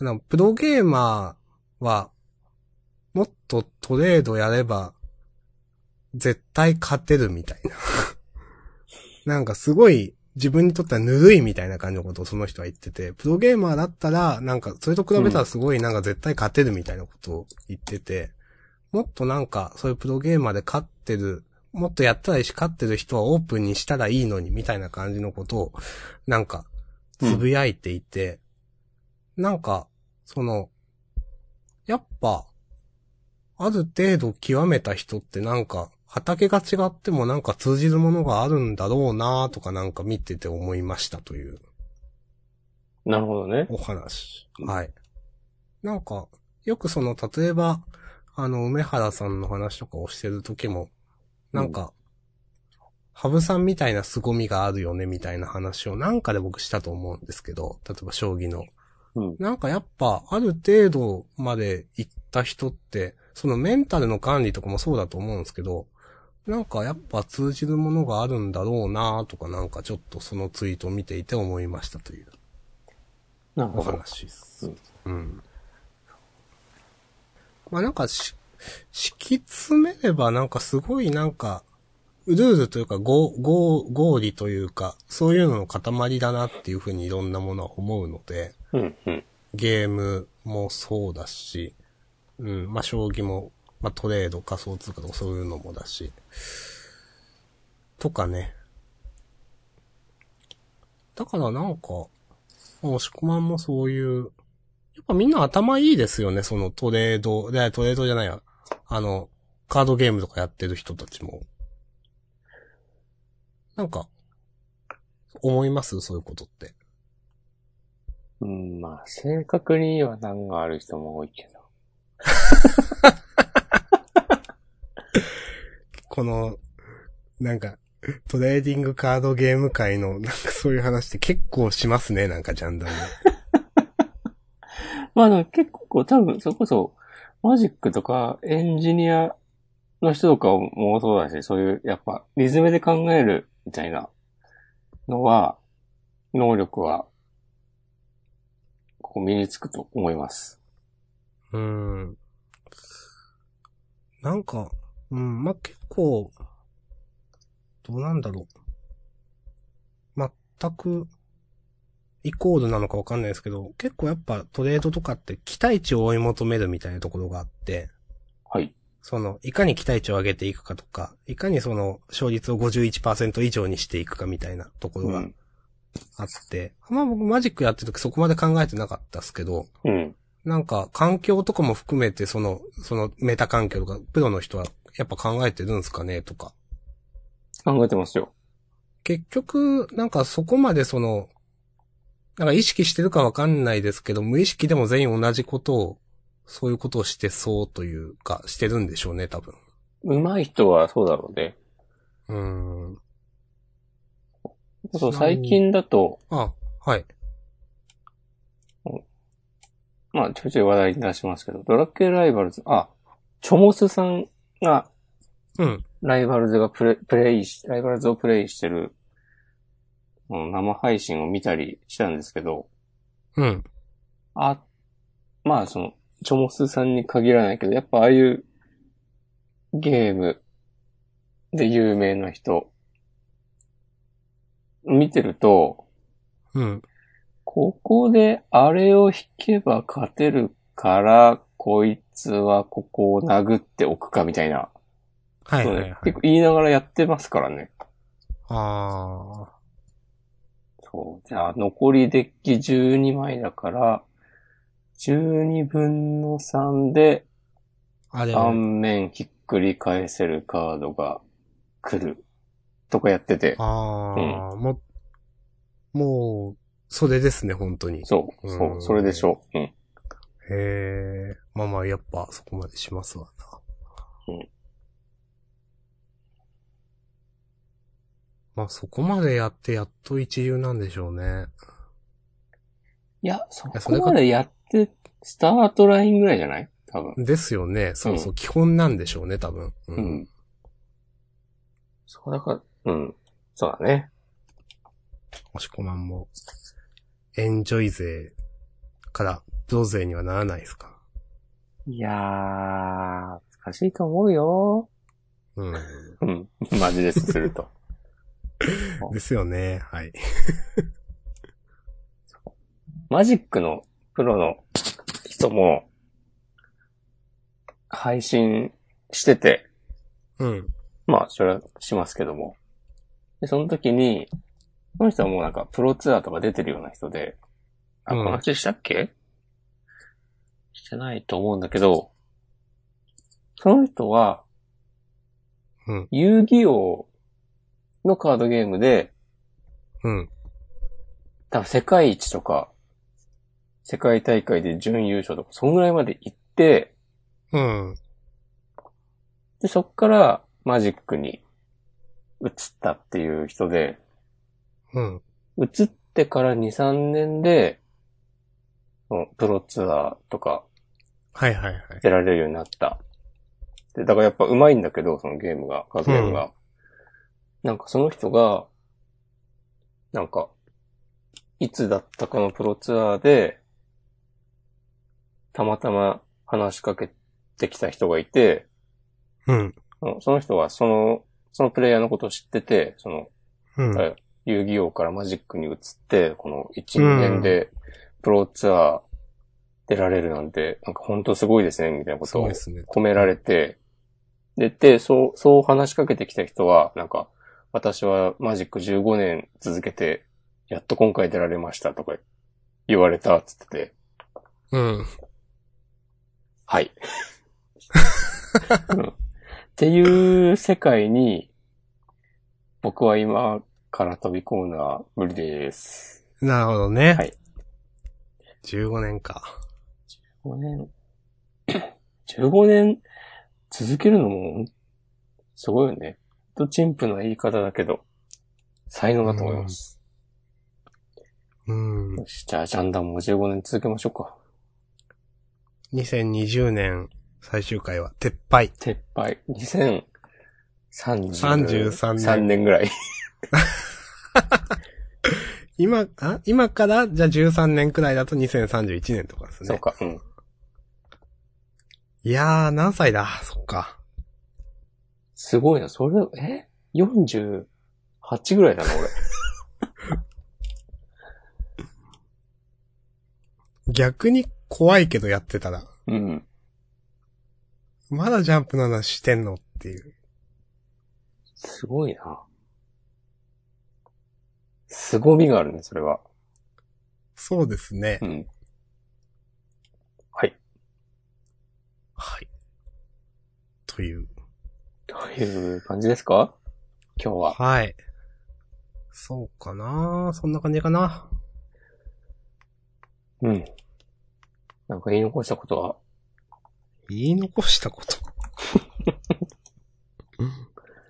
[SPEAKER 2] あの、プロゲーマーは、もっとトレードやれば、絶対勝てるみたいな。 なんかすごい自分にとってはぬるいみたいな感じのことをその人は言ってて、プロゲーマーだったら、なんかそれと比べたらすごいなんか絶対勝てるみたいなことを言ってて、もっとなんかそういうプロゲーマーで勝ってる、もっとやったらいいし勝ってる人はオープンにしたらいいのにみたいな感じのことを、なんかつぶやいていて、なんか、その、やっぱ、ある程度極めた人ってなんか、畑が違ってもなんか通じるものがあるんだろうなとかなんか見てて思いましたという
[SPEAKER 1] なるほどね。
[SPEAKER 2] お話。はい。なんか、よくその、例えば、あの、梅原さんの話とかをしてる時も、なんか、ハブさんみたいな凄みがあるよねみたいな話をなんかで僕したと思うんですけど、例えば将棋の。
[SPEAKER 1] うん。
[SPEAKER 2] なんかやっぱ、ある程度まで行った人って、そのメンタルの管理とかもそうだと思うんですけど、なんかやっぱ通じるものがあるんだろうなとかなんかちょっとそのツイートを見ていて思いましたという
[SPEAKER 1] なる
[SPEAKER 2] お
[SPEAKER 1] ほど。
[SPEAKER 2] 話です。
[SPEAKER 1] うん
[SPEAKER 2] うん。まあなんかし、敷き詰めればなんかすごいなんか、ルールというか、ご、ご、合理というか、そういうのの塊だなっていうふうにいろんなものは思うので、
[SPEAKER 1] うん、うん。
[SPEAKER 2] ゲームもそうだし、うん、まあ将棋も、まあトレード、仮想通貨とかそういうのもだし、とかね。だからなんか、まあ押し込まんもそういう、やっぱみんな頭いいですよね、そのトレード、でトレードじゃないや、あの、カードゲームとかやってる人たちも。なんか、思いますそういうことって。
[SPEAKER 1] うん、まあ、正確には難がある人も多いけど。
[SPEAKER 2] この、なんか、トレーディングカードゲーム界の、なんかそういう話って結構しますね、なんかジャンダン
[SPEAKER 1] まあでも結構こう多分それこそマジックとかエンジニアの人とかもそうだし、そういうやっぱリズムで考えるみたいなのは、能力は、こう身につくと思います。
[SPEAKER 2] うーん。なんか、うん、まあ、結構、どうなんだろう。全く、イコールなのかわかんないですけど、結構やっぱトレードとかって期待値を追い求めるみたいなところがあって、
[SPEAKER 1] はい。
[SPEAKER 2] その、いかに期待値を上げていくかとか、いかにその、勝率を51%以上にしていくかみたいなところ
[SPEAKER 1] う
[SPEAKER 2] が
[SPEAKER 1] ん。
[SPEAKER 2] あって、まあ僕マジックやってる時そこまで考えてなかったっすけど、
[SPEAKER 1] うん。
[SPEAKER 2] なんか環境とかも含めてその、そのメタ環境とか、プロの人はやっぱ考えてるんですかねとか。
[SPEAKER 1] 考えてますよ。
[SPEAKER 2] 結局、なんかそこまでその、なんか意識してるかわかんないですけど、無意識でも全員同じことを、そういうことをしてそうというか、してるんでしょうね、多分。
[SPEAKER 1] 上手い人はそうだろうね。
[SPEAKER 2] うーん。
[SPEAKER 1] そう最近だと、
[SPEAKER 2] あ、はい。
[SPEAKER 1] まあちょいちょい話題に出しますけど、ドラッケライバルズ、あ、チョモスさんが
[SPEAKER 2] うん。
[SPEAKER 1] ライバルズがプレプレイし、ライバルズをプレイしてる、この生配信を見たりしたんですけど、
[SPEAKER 2] うん。
[SPEAKER 1] あ、まあその、チョモスさんに限らないけど、やっぱああいうゲームで有名な人、見てると、
[SPEAKER 2] うん。
[SPEAKER 1] ここであれを引けば勝てるから、こいつはここを殴っておくかみたいな、
[SPEAKER 2] はいはいはい。
[SPEAKER 1] 結構言いながらやってますからね。
[SPEAKER 2] あ
[SPEAKER 1] そう。じゃあ、残りデッキ12枚だから、12分の3で
[SPEAKER 2] あ。あれは、
[SPEAKER 1] 盤面ひっくり返せるカードが来る。とかやってて。
[SPEAKER 2] ああ、もう、もう、それですね、本当に。
[SPEAKER 1] そう、そうう、
[SPEAKER 2] ん
[SPEAKER 1] それでしょう。うん。
[SPEAKER 2] へえ、まあまあ、やっぱそこまでしますわな。
[SPEAKER 1] うん
[SPEAKER 2] まあそこまでやってやっと一流なんでしょうね。
[SPEAKER 1] いや、そ
[SPEAKER 2] やそ
[SPEAKER 1] こ
[SPEAKER 2] れが
[SPEAKER 1] までやって、スタートラインぐらいじゃない多分。
[SPEAKER 2] ですよね。そうそう、基本なんでしょうね、多分。う
[SPEAKER 1] う。ん。そう、だから、うん。そうだね。
[SPEAKER 2] 押し込まんも、エンジョイ勢からプロ勢にはならないですか。
[SPEAKER 1] いやー、難しいと思うよ。
[SPEAKER 2] うん。
[SPEAKER 1] うん。マジです、すると。
[SPEAKER 2] ですよね、はい。
[SPEAKER 1] マジックのプロの人も配信してて、
[SPEAKER 2] うん。
[SPEAKER 1] まあ、それはしますけども。で、その時に、この人はもうなんかプロツアーとか出てるような人で、あ、
[SPEAKER 2] うん
[SPEAKER 1] この話したっけしてないと思うんだけど、その人は、
[SPEAKER 2] うん
[SPEAKER 1] 遊戯王のカードゲームで、
[SPEAKER 2] うん。
[SPEAKER 1] 多分世界一とか、世界大会で準優勝とか、そんぐらいまで行って、
[SPEAKER 2] うん。
[SPEAKER 1] で、そっからマジックに移ったっていう人で、
[SPEAKER 2] うん。
[SPEAKER 1] 移ってから2、3年で、そのプロツアーとか
[SPEAKER 2] はいはいはい。
[SPEAKER 1] 出られるようになったって、だからやっぱ上手いんだけど、そのゲームが、格ゲームが。なんかその人が、なんか、いつだったかのプロツアーで、たまたま話しかけてきた人がいて、
[SPEAKER 2] うん。
[SPEAKER 1] あのその人はその、そのプレイヤーのことを知ってて、その、
[SPEAKER 2] うん。
[SPEAKER 1] はい遊戯王からマジックに移って、この
[SPEAKER 2] う
[SPEAKER 1] 1
[SPEAKER 2] ん
[SPEAKER 1] 年でプロツアー出られるなんて、なんか本当すごいですね、みたいなこと
[SPEAKER 2] そう
[SPEAKER 1] を
[SPEAKER 2] ですね。
[SPEAKER 1] 込められて、で、で、そう、そう話しかけてきた人は、なんか、私はマジック15年続けて、やっと今回出られましたとか言われたっつってて、
[SPEAKER 2] うん。
[SPEAKER 1] はい。うんっていう世界に、僕は今から飛び込むのは無理です。
[SPEAKER 2] なるほどね。
[SPEAKER 1] はい。
[SPEAKER 2] 15年か。
[SPEAKER 1] 5年、15年続けるのも、すごいよね。ほんとチンプな言い方だけど、才能だと思います。
[SPEAKER 2] うん。
[SPEAKER 1] よし、じゃあ、ジャンダンも15年続けましょうか。
[SPEAKER 2] 2020年最終回は撤廃。
[SPEAKER 1] 撤廃。2033
[SPEAKER 2] 33年
[SPEAKER 1] 3年ぐらい。
[SPEAKER 2] 今、あ今から、じゃあ13年くらいだと2031年とかですね。
[SPEAKER 1] そうか。うん。
[SPEAKER 2] いやー、何歳だそっか。
[SPEAKER 1] すごいな。それ、え ?48 ぐらいだな、俺。
[SPEAKER 2] 逆に怖いけどやってたら、
[SPEAKER 1] うん。
[SPEAKER 2] まだジャンプの話してんのっていう。
[SPEAKER 1] すごいな。凄みがあるね、それは。
[SPEAKER 2] そうですね
[SPEAKER 1] う。ん。はい。
[SPEAKER 2] はい。という。
[SPEAKER 1] という感じですか今日は。
[SPEAKER 2] はい。そうかなそんな感じかな
[SPEAKER 1] うん。なんか言い残したことは、
[SPEAKER 2] 言い残し たこと。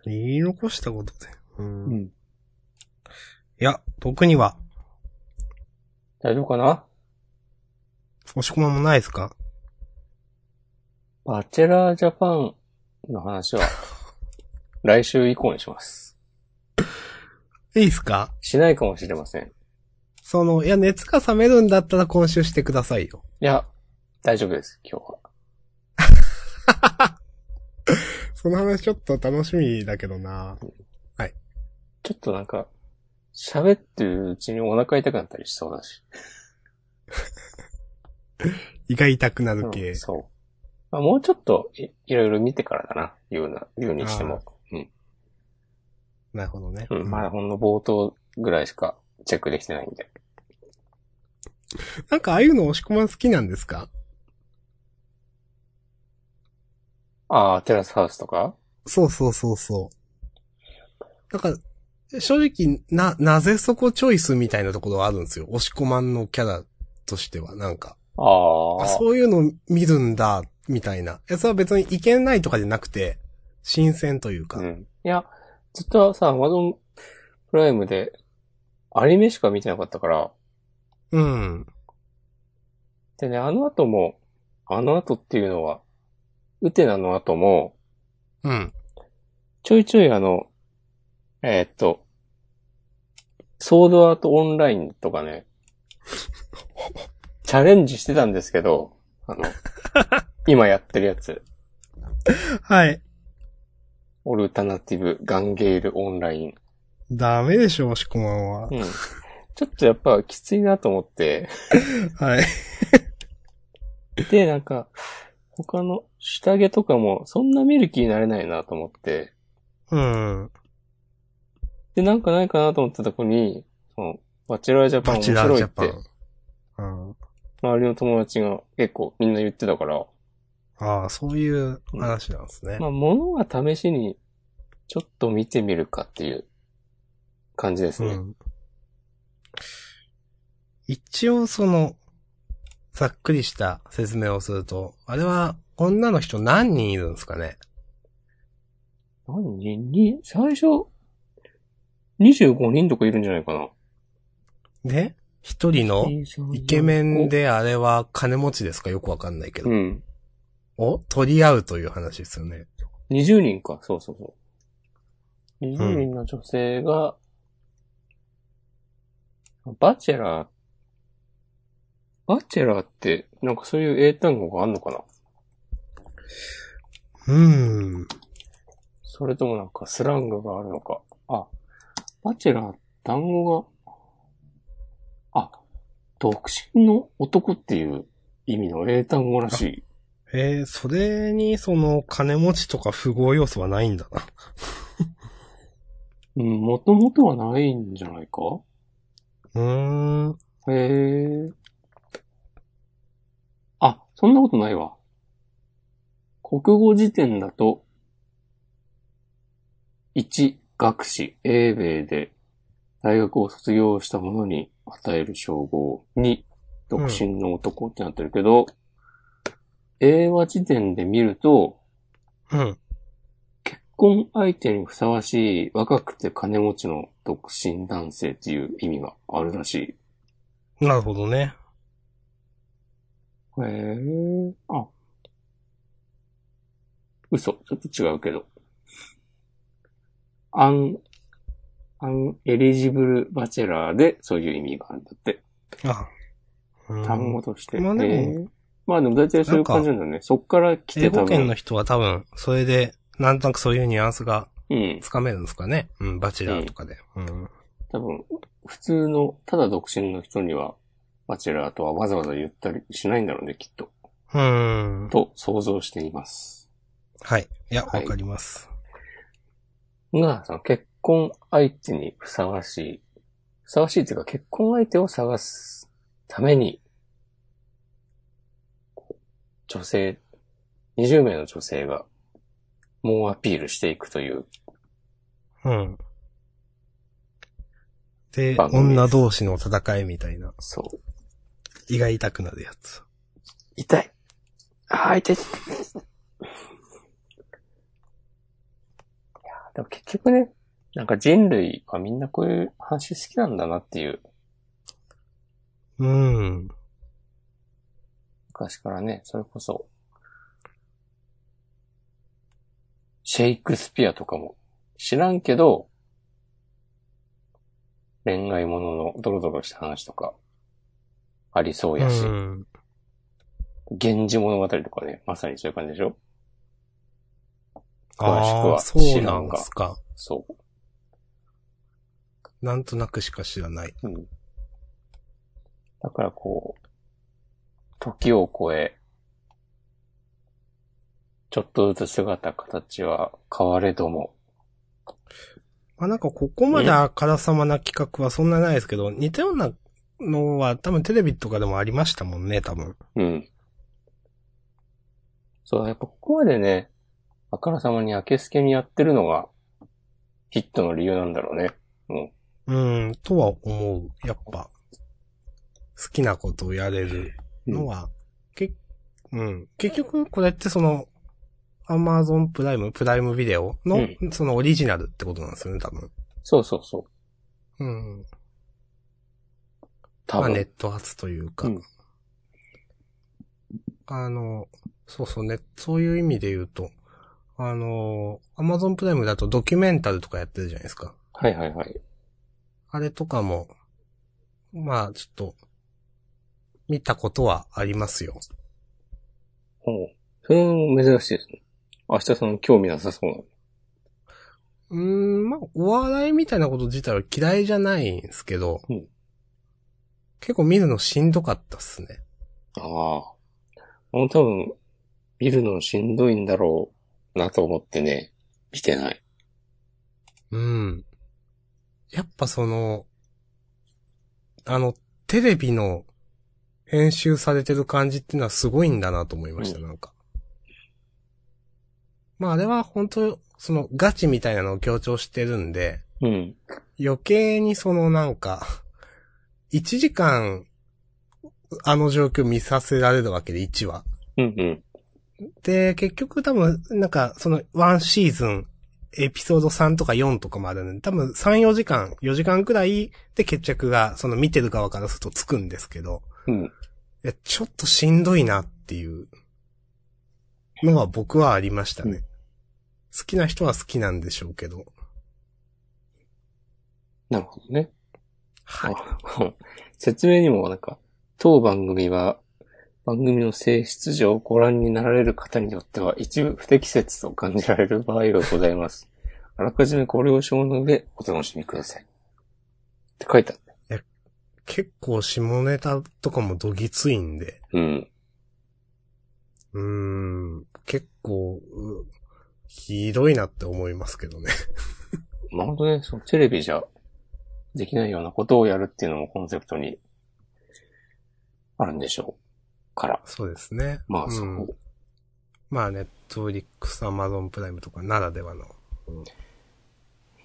[SPEAKER 2] 言い残したことで。うんい
[SPEAKER 1] ん。
[SPEAKER 2] や、僕には、
[SPEAKER 1] 大丈夫かな
[SPEAKER 2] 押し込まんもないですか
[SPEAKER 1] バチェラージャパンの話 は、来週以降にします。
[SPEAKER 2] いいですか
[SPEAKER 1] しないかもしれません。
[SPEAKER 2] その、いや、熱が冷めるんだったら今週してくださいよ。
[SPEAKER 1] いや、大丈夫です、今日は。
[SPEAKER 2] その話ちょっと楽しみだけどな
[SPEAKER 1] ちょっとなんか、喋ってるうちにお腹痛くなったりしそうだし。
[SPEAKER 2] 胃が痛くなる
[SPEAKER 1] う
[SPEAKER 2] 系
[SPEAKER 1] ん。そう。まあ、もうちょっとい、いろいろ見てからだな、言うな、言うにしても。うん。
[SPEAKER 2] なるほどね。
[SPEAKER 1] うん。まだほんの冒頭ぐらいしかチェックできてないんで。
[SPEAKER 2] なんかああいうの押し込まん好きなんですか
[SPEAKER 1] ああ、テラスハウスとか
[SPEAKER 2] そうそうそうそう。なんか、正直、な、なぜそこチョイスみたいなところはあるんですよ。押し込まんのキャラとしては、なんか。
[SPEAKER 1] ああ。
[SPEAKER 2] あ、そういうの見るんだ、みたいな。いや、それは別にいけないとかじゃなくて、新鮮というか。
[SPEAKER 1] うん。いや、ずっとさ、マドンプライムで、アニメしか見てなかったから、
[SPEAKER 2] うん。
[SPEAKER 1] でね、あの後も、あの後っていうのは、ウテナの後も、
[SPEAKER 2] うん。
[SPEAKER 1] ちょいちょいあの、えーっと、ソードアートオンラインとかね、チャレンジしてたんですけど、あの、今やってるやつ、
[SPEAKER 2] はい。
[SPEAKER 1] オルタナティブガンゲールオンライン。
[SPEAKER 2] ダメでしょ、押し込まんは
[SPEAKER 1] う。ん。ちょっとやっぱきついなと思って、
[SPEAKER 2] はい。
[SPEAKER 1] で、なんか、他の下着とかも、そんな見る気になれないなと思って、
[SPEAKER 2] うん。
[SPEAKER 1] で、なんかないかなと思ってた子に、その、バチェラージャパン
[SPEAKER 2] バ
[SPEAKER 1] 面
[SPEAKER 2] チェラー
[SPEAKER 1] 白い
[SPEAKER 2] ジ
[SPEAKER 1] っ
[SPEAKER 2] ャパ
[SPEAKER 1] て、
[SPEAKER 2] ン。うん。
[SPEAKER 1] 周りの友達が結構みんな言ってたから、
[SPEAKER 2] ああ、そういう話なんですね。
[SPEAKER 1] まあ、物は試しに、ちょっと見てみるかっていう感じです
[SPEAKER 2] う
[SPEAKER 1] ね。
[SPEAKER 2] ん。一応その、ざっくりした説明をすると、あれは女の人何人いるんですかね
[SPEAKER 1] 何人に、最初、25人とかいるんじゃないかな。
[SPEAKER 2] で、一人のイケメン。であれは金持ちですかよくわかんないけど。
[SPEAKER 1] うん。
[SPEAKER 2] を取り合うという話ですよね。
[SPEAKER 1] 20人か、そうそうそう。20人の女性が、バチェラー、バチェラーって、なんかそういう英単語があんのかな
[SPEAKER 2] うん。
[SPEAKER 1] それともなんかスラングがあるのか。あ、バチェラー、単語が、あ、独身の男っていう意味の英単語らしい。
[SPEAKER 2] えー、それにその金持ちとか富豪要素はないんだな。
[SPEAKER 1] うん、もともとはないんじゃないか
[SPEAKER 2] うーん。
[SPEAKER 1] へえ。あ、そんなことないわ。国語辞典だと、1、学士、英米で、大学を卒業した者に与える称号。2、独身の男ってなってるけど、英和辞典で見ると、
[SPEAKER 2] うん。
[SPEAKER 1] 結婚相手にふさわしい若くて金持ちの独身男性っていう意味があるらしい。
[SPEAKER 2] なるほどね。
[SPEAKER 1] へえ、あ。嘘、ちょっと違うけど。アン、アンエリジブルバチェラーでそういう意味があるんだって。
[SPEAKER 2] あ。うん
[SPEAKER 1] 単語として。
[SPEAKER 2] まあでも
[SPEAKER 1] へえまあでも大体そういう感じなんだね。そっから来
[SPEAKER 2] 英
[SPEAKER 1] てた
[SPEAKER 2] 語圏の人は多分、それで、なんとなくそういうニュアンスが
[SPEAKER 1] うん。
[SPEAKER 2] つかめるんですかね。うん、バチェラーとかで。うん。
[SPEAKER 1] 多分、普通の、ただ独身の人には、バチェラーとはわざわざ言ったりしないんだろうね、きっと。
[SPEAKER 2] うん。
[SPEAKER 1] と想像しています。
[SPEAKER 2] はい。いや、わ、
[SPEAKER 1] はい
[SPEAKER 2] かります。
[SPEAKER 1] が、その結婚相手にふさわしい。ふさわしいっていうか、結婚相手を探すために、こう女性、20名の女性が、猛アピールしていくという。
[SPEAKER 2] うん。で、
[SPEAKER 1] 番組です
[SPEAKER 2] 女同士の戦いみたいな、
[SPEAKER 1] そう。
[SPEAKER 2] 胃が痛くなるやつ。
[SPEAKER 1] 痛い。ああ、痛い。いやーでも結局ね、なんか人類はみんなこういう話好きなんだなっていう、
[SPEAKER 2] うん。
[SPEAKER 1] 昔からね、それこそ、シェイクスピアとかも知らんけど、恋愛もののドロドロした話とか、ありそうやし、
[SPEAKER 2] うん。
[SPEAKER 1] 源氏物語とかね、まさにそういう感じでしょ詳しく
[SPEAKER 2] あ
[SPEAKER 1] は
[SPEAKER 2] あ、そうなんですか。
[SPEAKER 1] そ
[SPEAKER 2] なんとなくしか知らない。
[SPEAKER 1] う。うん。だからこう、時を超え、ちょっとずつ姿、形は変われども、
[SPEAKER 2] まあなんかここまであからさまな企画はそんなないですけど、似たようなのは多分テレビとかでもありましたもんね、多分。
[SPEAKER 1] うん。そう、やっぱここまでね、あからさまに明けすけにやってるのが、ヒットの理由なんだろうね。
[SPEAKER 2] うん、とは思う。やっぱ、好きなことをやれるのは、け、うん。結局、これってその、アマゾンプライム、プライムビデオの、
[SPEAKER 1] う
[SPEAKER 2] そのオリジナルってことなんですよね、多分。
[SPEAKER 1] そうそうそう。
[SPEAKER 2] うん。
[SPEAKER 1] 多
[SPEAKER 2] まあ、
[SPEAKER 1] 分。
[SPEAKER 2] ネット発というか。
[SPEAKER 1] うん
[SPEAKER 2] あの、そうそうね、そういう意味で言うと、あの、アマゾンプライムだとドキュメンタルとかやってるじゃないですか。
[SPEAKER 1] はいはいはい。
[SPEAKER 2] あれとかも、まあ、ちょっと、見たことはありますよ。
[SPEAKER 1] ほう。それも珍しいですね。明日さん興味なさそうな。
[SPEAKER 2] うーん、まあ、お笑いみたいなこと自体は嫌いじゃないんですけど、
[SPEAKER 1] うん
[SPEAKER 2] 結構見るのしんどかったっすね。
[SPEAKER 1] ああ。もう多分、見るのしんどいんだろうなと思ってね、見てない。
[SPEAKER 2] うん。やっぱその、あの、テレビの編集されてる感じっていうのはすごいんだなと思いました、
[SPEAKER 1] うん
[SPEAKER 2] なんか。まああれは本当そのガチみたいなのを強調してるんで、
[SPEAKER 1] うん。
[SPEAKER 2] 余計にそのなんか、1時間、あの状況見させられるわけで、1話。
[SPEAKER 1] うんうん。
[SPEAKER 2] で、結局多分、なんか、その、ワンシーズン、エピソード3とか4とかまでね、多分3、4時間、4時間くらいで決着が、その見てる側からするとつくんですけど、
[SPEAKER 1] うん。
[SPEAKER 2] いや、ちょっとしんどいなっていうのは僕はありましたね。好きな人は好きなんでしょうけど。
[SPEAKER 1] なるほどね。
[SPEAKER 2] はい。
[SPEAKER 1] あ説明にもなんか、当番組は、番組の性質上ご覧になられる方によっては一部不適切と感じられる場合がございます。あらかじめご了承の上お楽しみください。って書いてあった。
[SPEAKER 2] 結構下ネタとかもどぎついんで。
[SPEAKER 1] うん。
[SPEAKER 2] うーん。結構、うひどいなって思いますけどね。
[SPEAKER 1] まあ、本当ね、そのテレビじゃできないようなことをやるっていうのもコンセプトにあるんでしょうから。
[SPEAKER 2] そうですね。
[SPEAKER 1] まあ、そ
[SPEAKER 2] うん
[SPEAKER 1] こ。
[SPEAKER 2] まあ、ネットフリックス、アマゾンプライムとかならではの。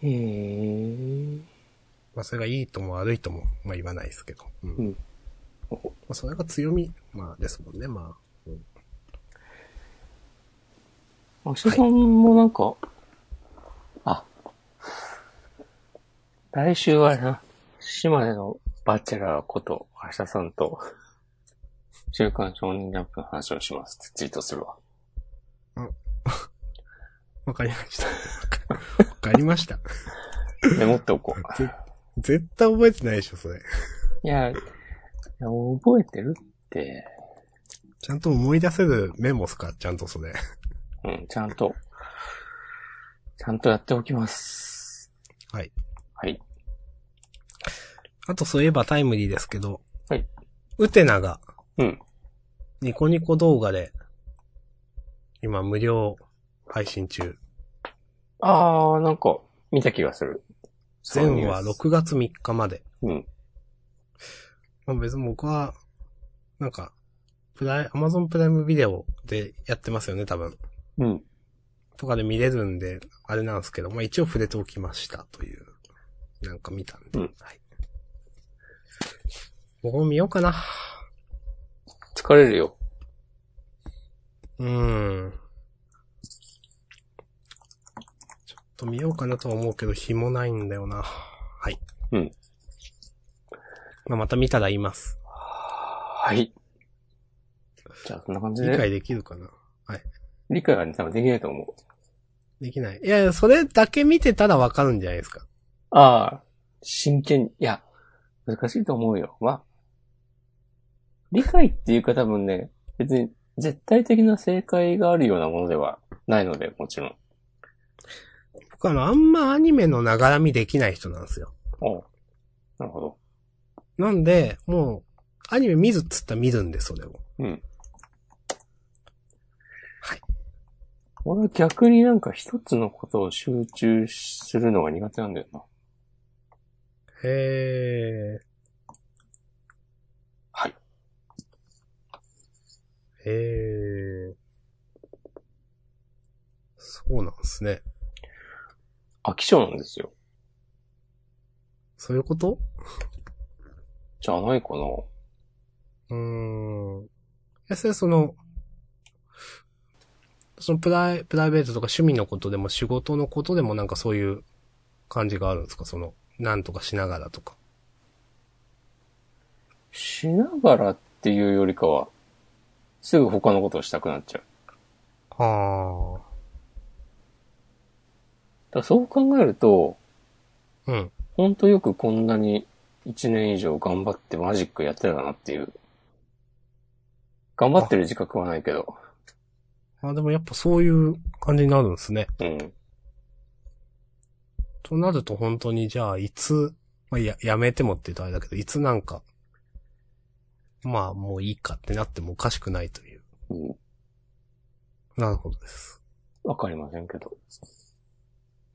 [SPEAKER 1] へえ。
[SPEAKER 2] まあ、それがいいとも悪いとも、まあ言わないですけど。うん
[SPEAKER 1] うん
[SPEAKER 2] まあ、それが強み、まあですもんね、まあ。
[SPEAKER 1] 明日さんもなんか、あ、来週はあれな、島根のバチェラーこと、明日さんと、週刊少年ジャンプの話をしますってツイートするわ。
[SPEAKER 2] わかりました。 わかりました。
[SPEAKER 1] メモっておこう。
[SPEAKER 2] ぜ絶対覚えてないでしょ、それ。
[SPEAKER 1] いや、いや覚えてるって、
[SPEAKER 2] ちゃんと思い出せるメモっすか、ちゃんとそれ。
[SPEAKER 1] うん、ちゃんと、ちゃんとやっておきます。
[SPEAKER 2] はい。
[SPEAKER 1] はい。
[SPEAKER 2] あとそういえばタイムリーですけど。
[SPEAKER 1] はい。
[SPEAKER 2] ウテナが、
[SPEAKER 1] うん。
[SPEAKER 2] ニコニコ動画で、今無料配信中。
[SPEAKER 1] あー、なんか、見た気がする。
[SPEAKER 2] 全話6月3日まで。
[SPEAKER 1] うん。
[SPEAKER 2] まあ別に僕は、なんか、プライ、アマゾンプライムビデオでやってますよね、多分。
[SPEAKER 1] うん。
[SPEAKER 2] とかで見れるんで、あれなんですけど、まあ一応触れておきましたという、なんか見たんで。
[SPEAKER 1] うん
[SPEAKER 2] はい。僕も見ようかな。
[SPEAKER 1] 疲れるよ。
[SPEAKER 2] うーん。ちょっと見ようかなとは思うけど、日もないんだよな。はい。
[SPEAKER 1] うん。
[SPEAKER 2] まあまた見たら言います。
[SPEAKER 1] はい。じゃあ、そんな感じで。
[SPEAKER 2] 理
[SPEAKER 1] 理解
[SPEAKER 2] 解できるかな
[SPEAKER 1] はね、多分できないと思う。
[SPEAKER 2] できない。いやいや、それだけ見てたらわかるんじゃないですか。
[SPEAKER 1] ああ、真剣に。いや、難しいと思うよ。まあ、理解っていうか多分ね、別に絶対的な正解があるようなものではないので、もちろん。
[SPEAKER 2] 僕あの、あんまアニメのながらみできない人なんですよ。
[SPEAKER 1] おうなるほど。
[SPEAKER 2] なんで、もう、アニメ見るっつったら見るんで、それを。
[SPEAKER 1] 俺は逆になんか一つのことを集中するのが苦手なんだよな。
[SPEAKER 2] へー。
[SPEAKER 1] はい。
[SPEAKER 2] へー。そうなんですね。
[SPEAKER 1] 飽き性なんですよ。
[SPEAKER 2] そういうこと
[SPEAKER 1] じゃないかな。
[SPEAKER 2] うーん。いや、それその、そのプライ、プライベートとか趣味のことでも仕事のことでもなんかそういう感じがあるんですかその、なんとかしながらとか。
[SPEAKER 1] しながらっていうよりかは、すぐ他のことをしたくなっちゃう。
[SPEAKER 2] は
[SPEAKER 1] だからそう考えると、
[SPEAKER 2] あ。うん。
[SPEAKER 1] ほんとよくこんなに1年以上頑張ってマジックやってたなっていう。頑張ってる自覚はないけど。
[SPEAKER 2] あ、でもやっぱそういう感じになるんですね。
[SPEAKER 1] うん。
[SPEAKER 2] となると本当にじゃあ、いつ、まあ、や、やめてもって言うとあれだけど、いつなんか、まあもういいかってなってもおかしくないという。
[SPEAKER 1] うん
[SPEAKER 2] なるほどです。
[SPEAKER 1] わかりませんけど。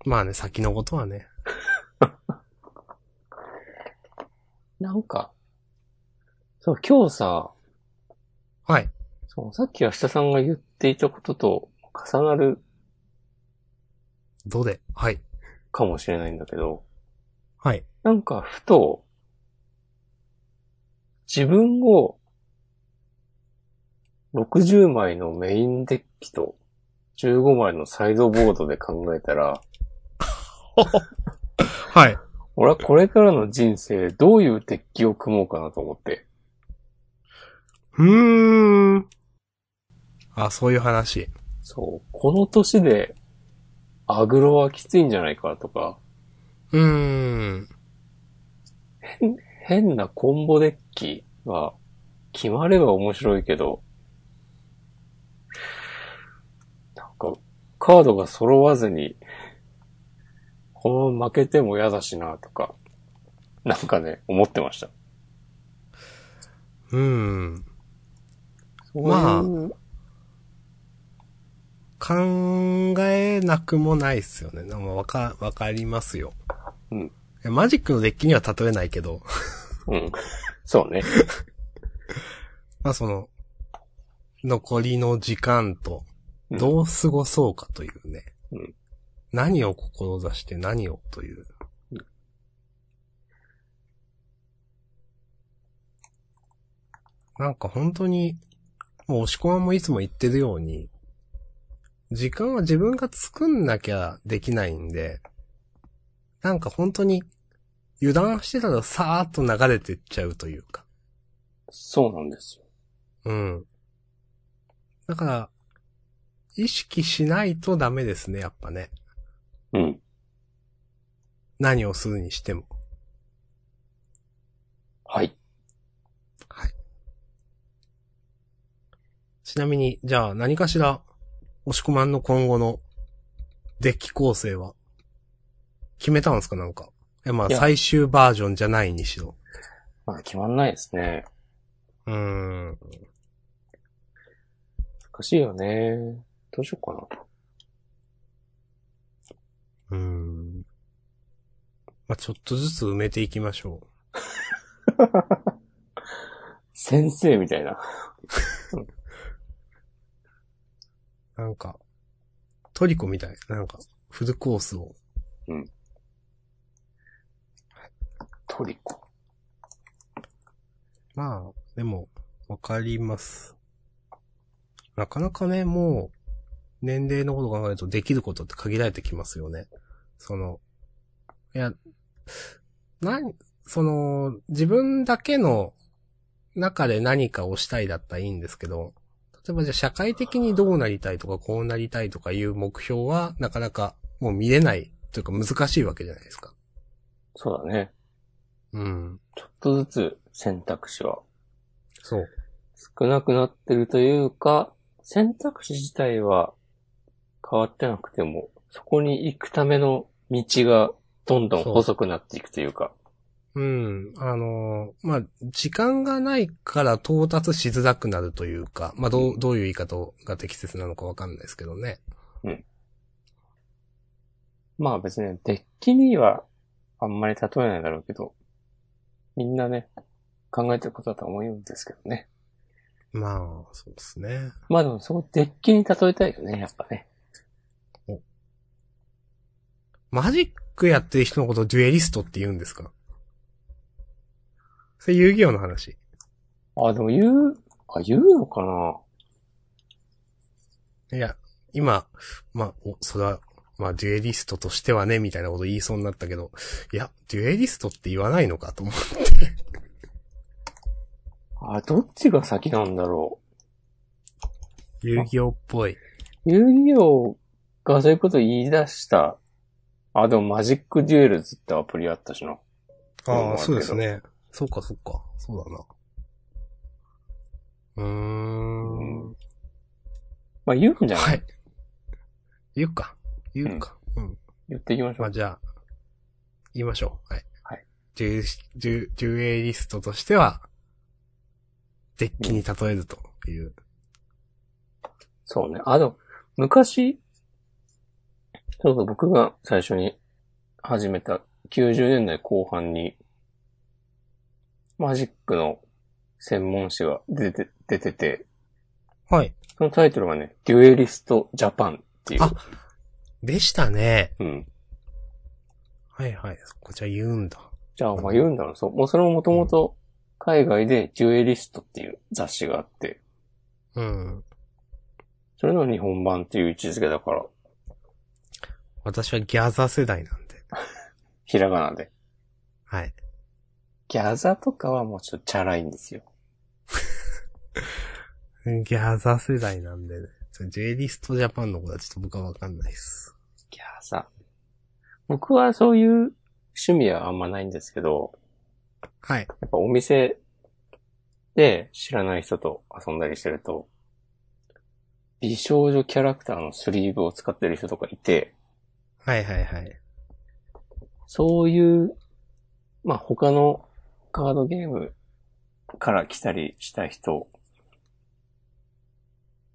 [SPEAKER 2] まあね、先のことはね。
[SPEAKER 1] なんか、そう、今日さ、
[SPEAKER 2] はい。
[SPEAKER 1] そうさっき明日さんが言っていたことと重なる
[SPEAKER 2] どれはい。
[SPEAKER 1] かもしれないんだけど、
[SPEAKER 2] はい。
[SPEAKER 1] なんかふと、自分を60枚のメインデッキと15枚のサイドボードで考えたら、
[SPEAKER 2] はい。
[SPEAKER 1] 俺はこれからの人生どういうデッキを組もうかなと思って。
[SPEAKER 2] うーん。あ、そういう話。
[SPEAKER 1] そう、この年でアグロはきついんじゃないかとか、
[SPEAKER 2] うーん。
[SPEAKER 1] 変なコンボデッキが決まれば面白いけど、なんか、カードが揃わずに、このまま負けても嫌だしなとか、なんかね、思ってました。
[SPEAKER 2] うーん。ま
[SPEAKER 1] ま
[SPEAKER 2] あ
[SPEAKER 1] あ、
[SPEAKER 2] 考えなくもないっすよね。でもわか、わかりますよ。
[SPEAKER 1] うん。
[SPEAKER 2] マジックのデッキには例えないけど、
[SPEAKER 1] うん。そうね。
[SPEAKER 2] まあその、残りの時間と、
[SPEAKER 1] うん
[SPEAKER 2] どう過ごそうかというね。
[SPEAKER 1] うん
[SPEAKER 2] 何を志して何をという。なんか本当に、もう押し込まんもいつも言ってるように、時間は自分が作んなきゃできないんで、なんか本当に、油断してたらさーっと流れてっちゃうというか。
[SPEAKER 1] そうなんですよ。
[SPEAKER 2] うん。だから、意識しないとダメですね、やっぱね。
[SPEAKER 1] うん。
[SPEAKER 2] 何をするにしても。
[SPEAKER 1] はい。
[SPEAKER 2] ちなみに、じゃあ何かしら、押し込まんの今後のデッキ構成は、決めたんですかなんか。いや、まあ
[SPEAKER 1] いや
[SPEAKER 2] 最終バージョンじゃないにしろ。
[SPEAKER 1] まあ、決まんないですね。
[SPEAKER 2] うーん。
[SPEAKER 1] 難しいよね。どうしようかな。
[SPEAKER 2] うーん。まあちょっとずつ埋めていきましょう。
[SPEAKER 1] 先生みたいな。
[SPEAKER 2] なんか、トリコみたい。なんか、フルコースを。
[SPEAKER 1] トリコ。
[SPEAKER 2] まあ、でも、わかります。なかなかね、もう、年齢のことを考えるとできることって限られてきますよね。その、いや、何、その、自分だけの中で何かをしたいだったらいいんですけど、例えばじゃあ社会的にどうなりたいとかこうなりたいとかいう目標はなかなかもう見れないというか難しいわけじゃないですか。
[SPEAKER 1] そうだね。
[SPEAKER 2] うん。
[SPEAKER 1] ちょっとずつ選択肢は
[SPEAKER 2] そう。
[SPEAKER 1] 少なくなってるというか、選択肢自体は変わってなくても、そこに行くための道がどんどん細くなっていくというか。
[SPEAKER 2] うん。あのーまあ、時間がないから到達しづらくなるというか、まあ、どう、どういう言い方が適切なのかわかんないですけどね。
[SPEAKER 1] まあ別にデッキにはあんまり例えないだろうけど、みんなね、考えてることだと思うんですけどね。
[SPEAKER 2] まあ、そうですね。
[SPEAKER 1] まあでもそこデッキに例えたいよね、やっぱね。
[SPEAKER 2] マジックやってる人のことをデュエリストって言うんですかそれ遊戯王の話。
[SPEAKER 1] あ、でも言う、あ、言うのかない
[SPEAKER 2] や、今、まあ、お、それは、まあ、デュエリストとしてはね、みたいなこと言いそうになったけど、いや、デュエリストって言わないのかと思う。
[SPEAKER 1] あ、どっちが先なんだろう。
[SPEAKER 2] 遊戯王っぽい。
[SPEAKER 1] 遊戯王がそういうことを言い出した。あ、でもマジックデュエルズってアプリあったしな。
[SPEAKER 2] あ
[SPEAKER 1] あ
[SPEAKER 2] あ、
[SPEAKER 1] あ
[SPEAKER 2] そうですね。そうか、そうか。そうだな。うーん。
[SPEAKER 1] まあ言うんじゃない、
[SPEAKER 2] はい。言うか。言うか。うん。
[SPEAKER 1] 言っていきましょ
[SPEAKER 2] まあ、
[SPEAKER 1] う。
[SPEAKER 2] じゃあ、言いましょう。はい。
[SPEAKER 1] はい。
[SPEAKER 2] デュエシデュデュエリストとしては、デッキに例えるという。
[SPEAKER 1] そうね。あ、でも、昔、そうそう、僕が最初に始めた90年代後半に、マジックの専門誌が出て、出てて、
[SPEAKER 2] はい。
[SPEAKER 1] そのタイトルがね、デュエリストジャパンっていう。
[SPEAKER 2] あでしたね。
[SPEAKER 1] うん。
[SPEAKER 2] はいはい。そこじゃあ言うんだ。
[SPEAKER 1] じゃあ、まあ言うんだろう。そう。もうそれももともと海外でデュエリストっていう雑誌があって、
[SPEAKER 2] うん。
[SPEAKER 1] それの日本版っていう位置づけだから、
[SPEAKER 2] 私はギャザー世代なんで。
[SPEAKER 1] ひらがなで。
[SPEAKER 2] はい。
[SPEAKER 1] ギャザとかはもうちょっとチャラいんですよ。
[SPEAKER 2] ギャザー世代なんでね。それデュエリストジャパンの子はちょっと僕はわかんないです。
[SPEAKER 1] いやーさ、僕はそういう趣味はあんまないんですけど、
[SPEAKER 2] はい。
[SPEAKER 1] やっぱお店で知らない人と遊んだりしてると、美少女キャラクターのスリーブを使ってる人とかいて、
[SPEAKER 2] はいはいはい。
[SPEAKER 1] そういう、まあ、他のカードゲームから来たりした人、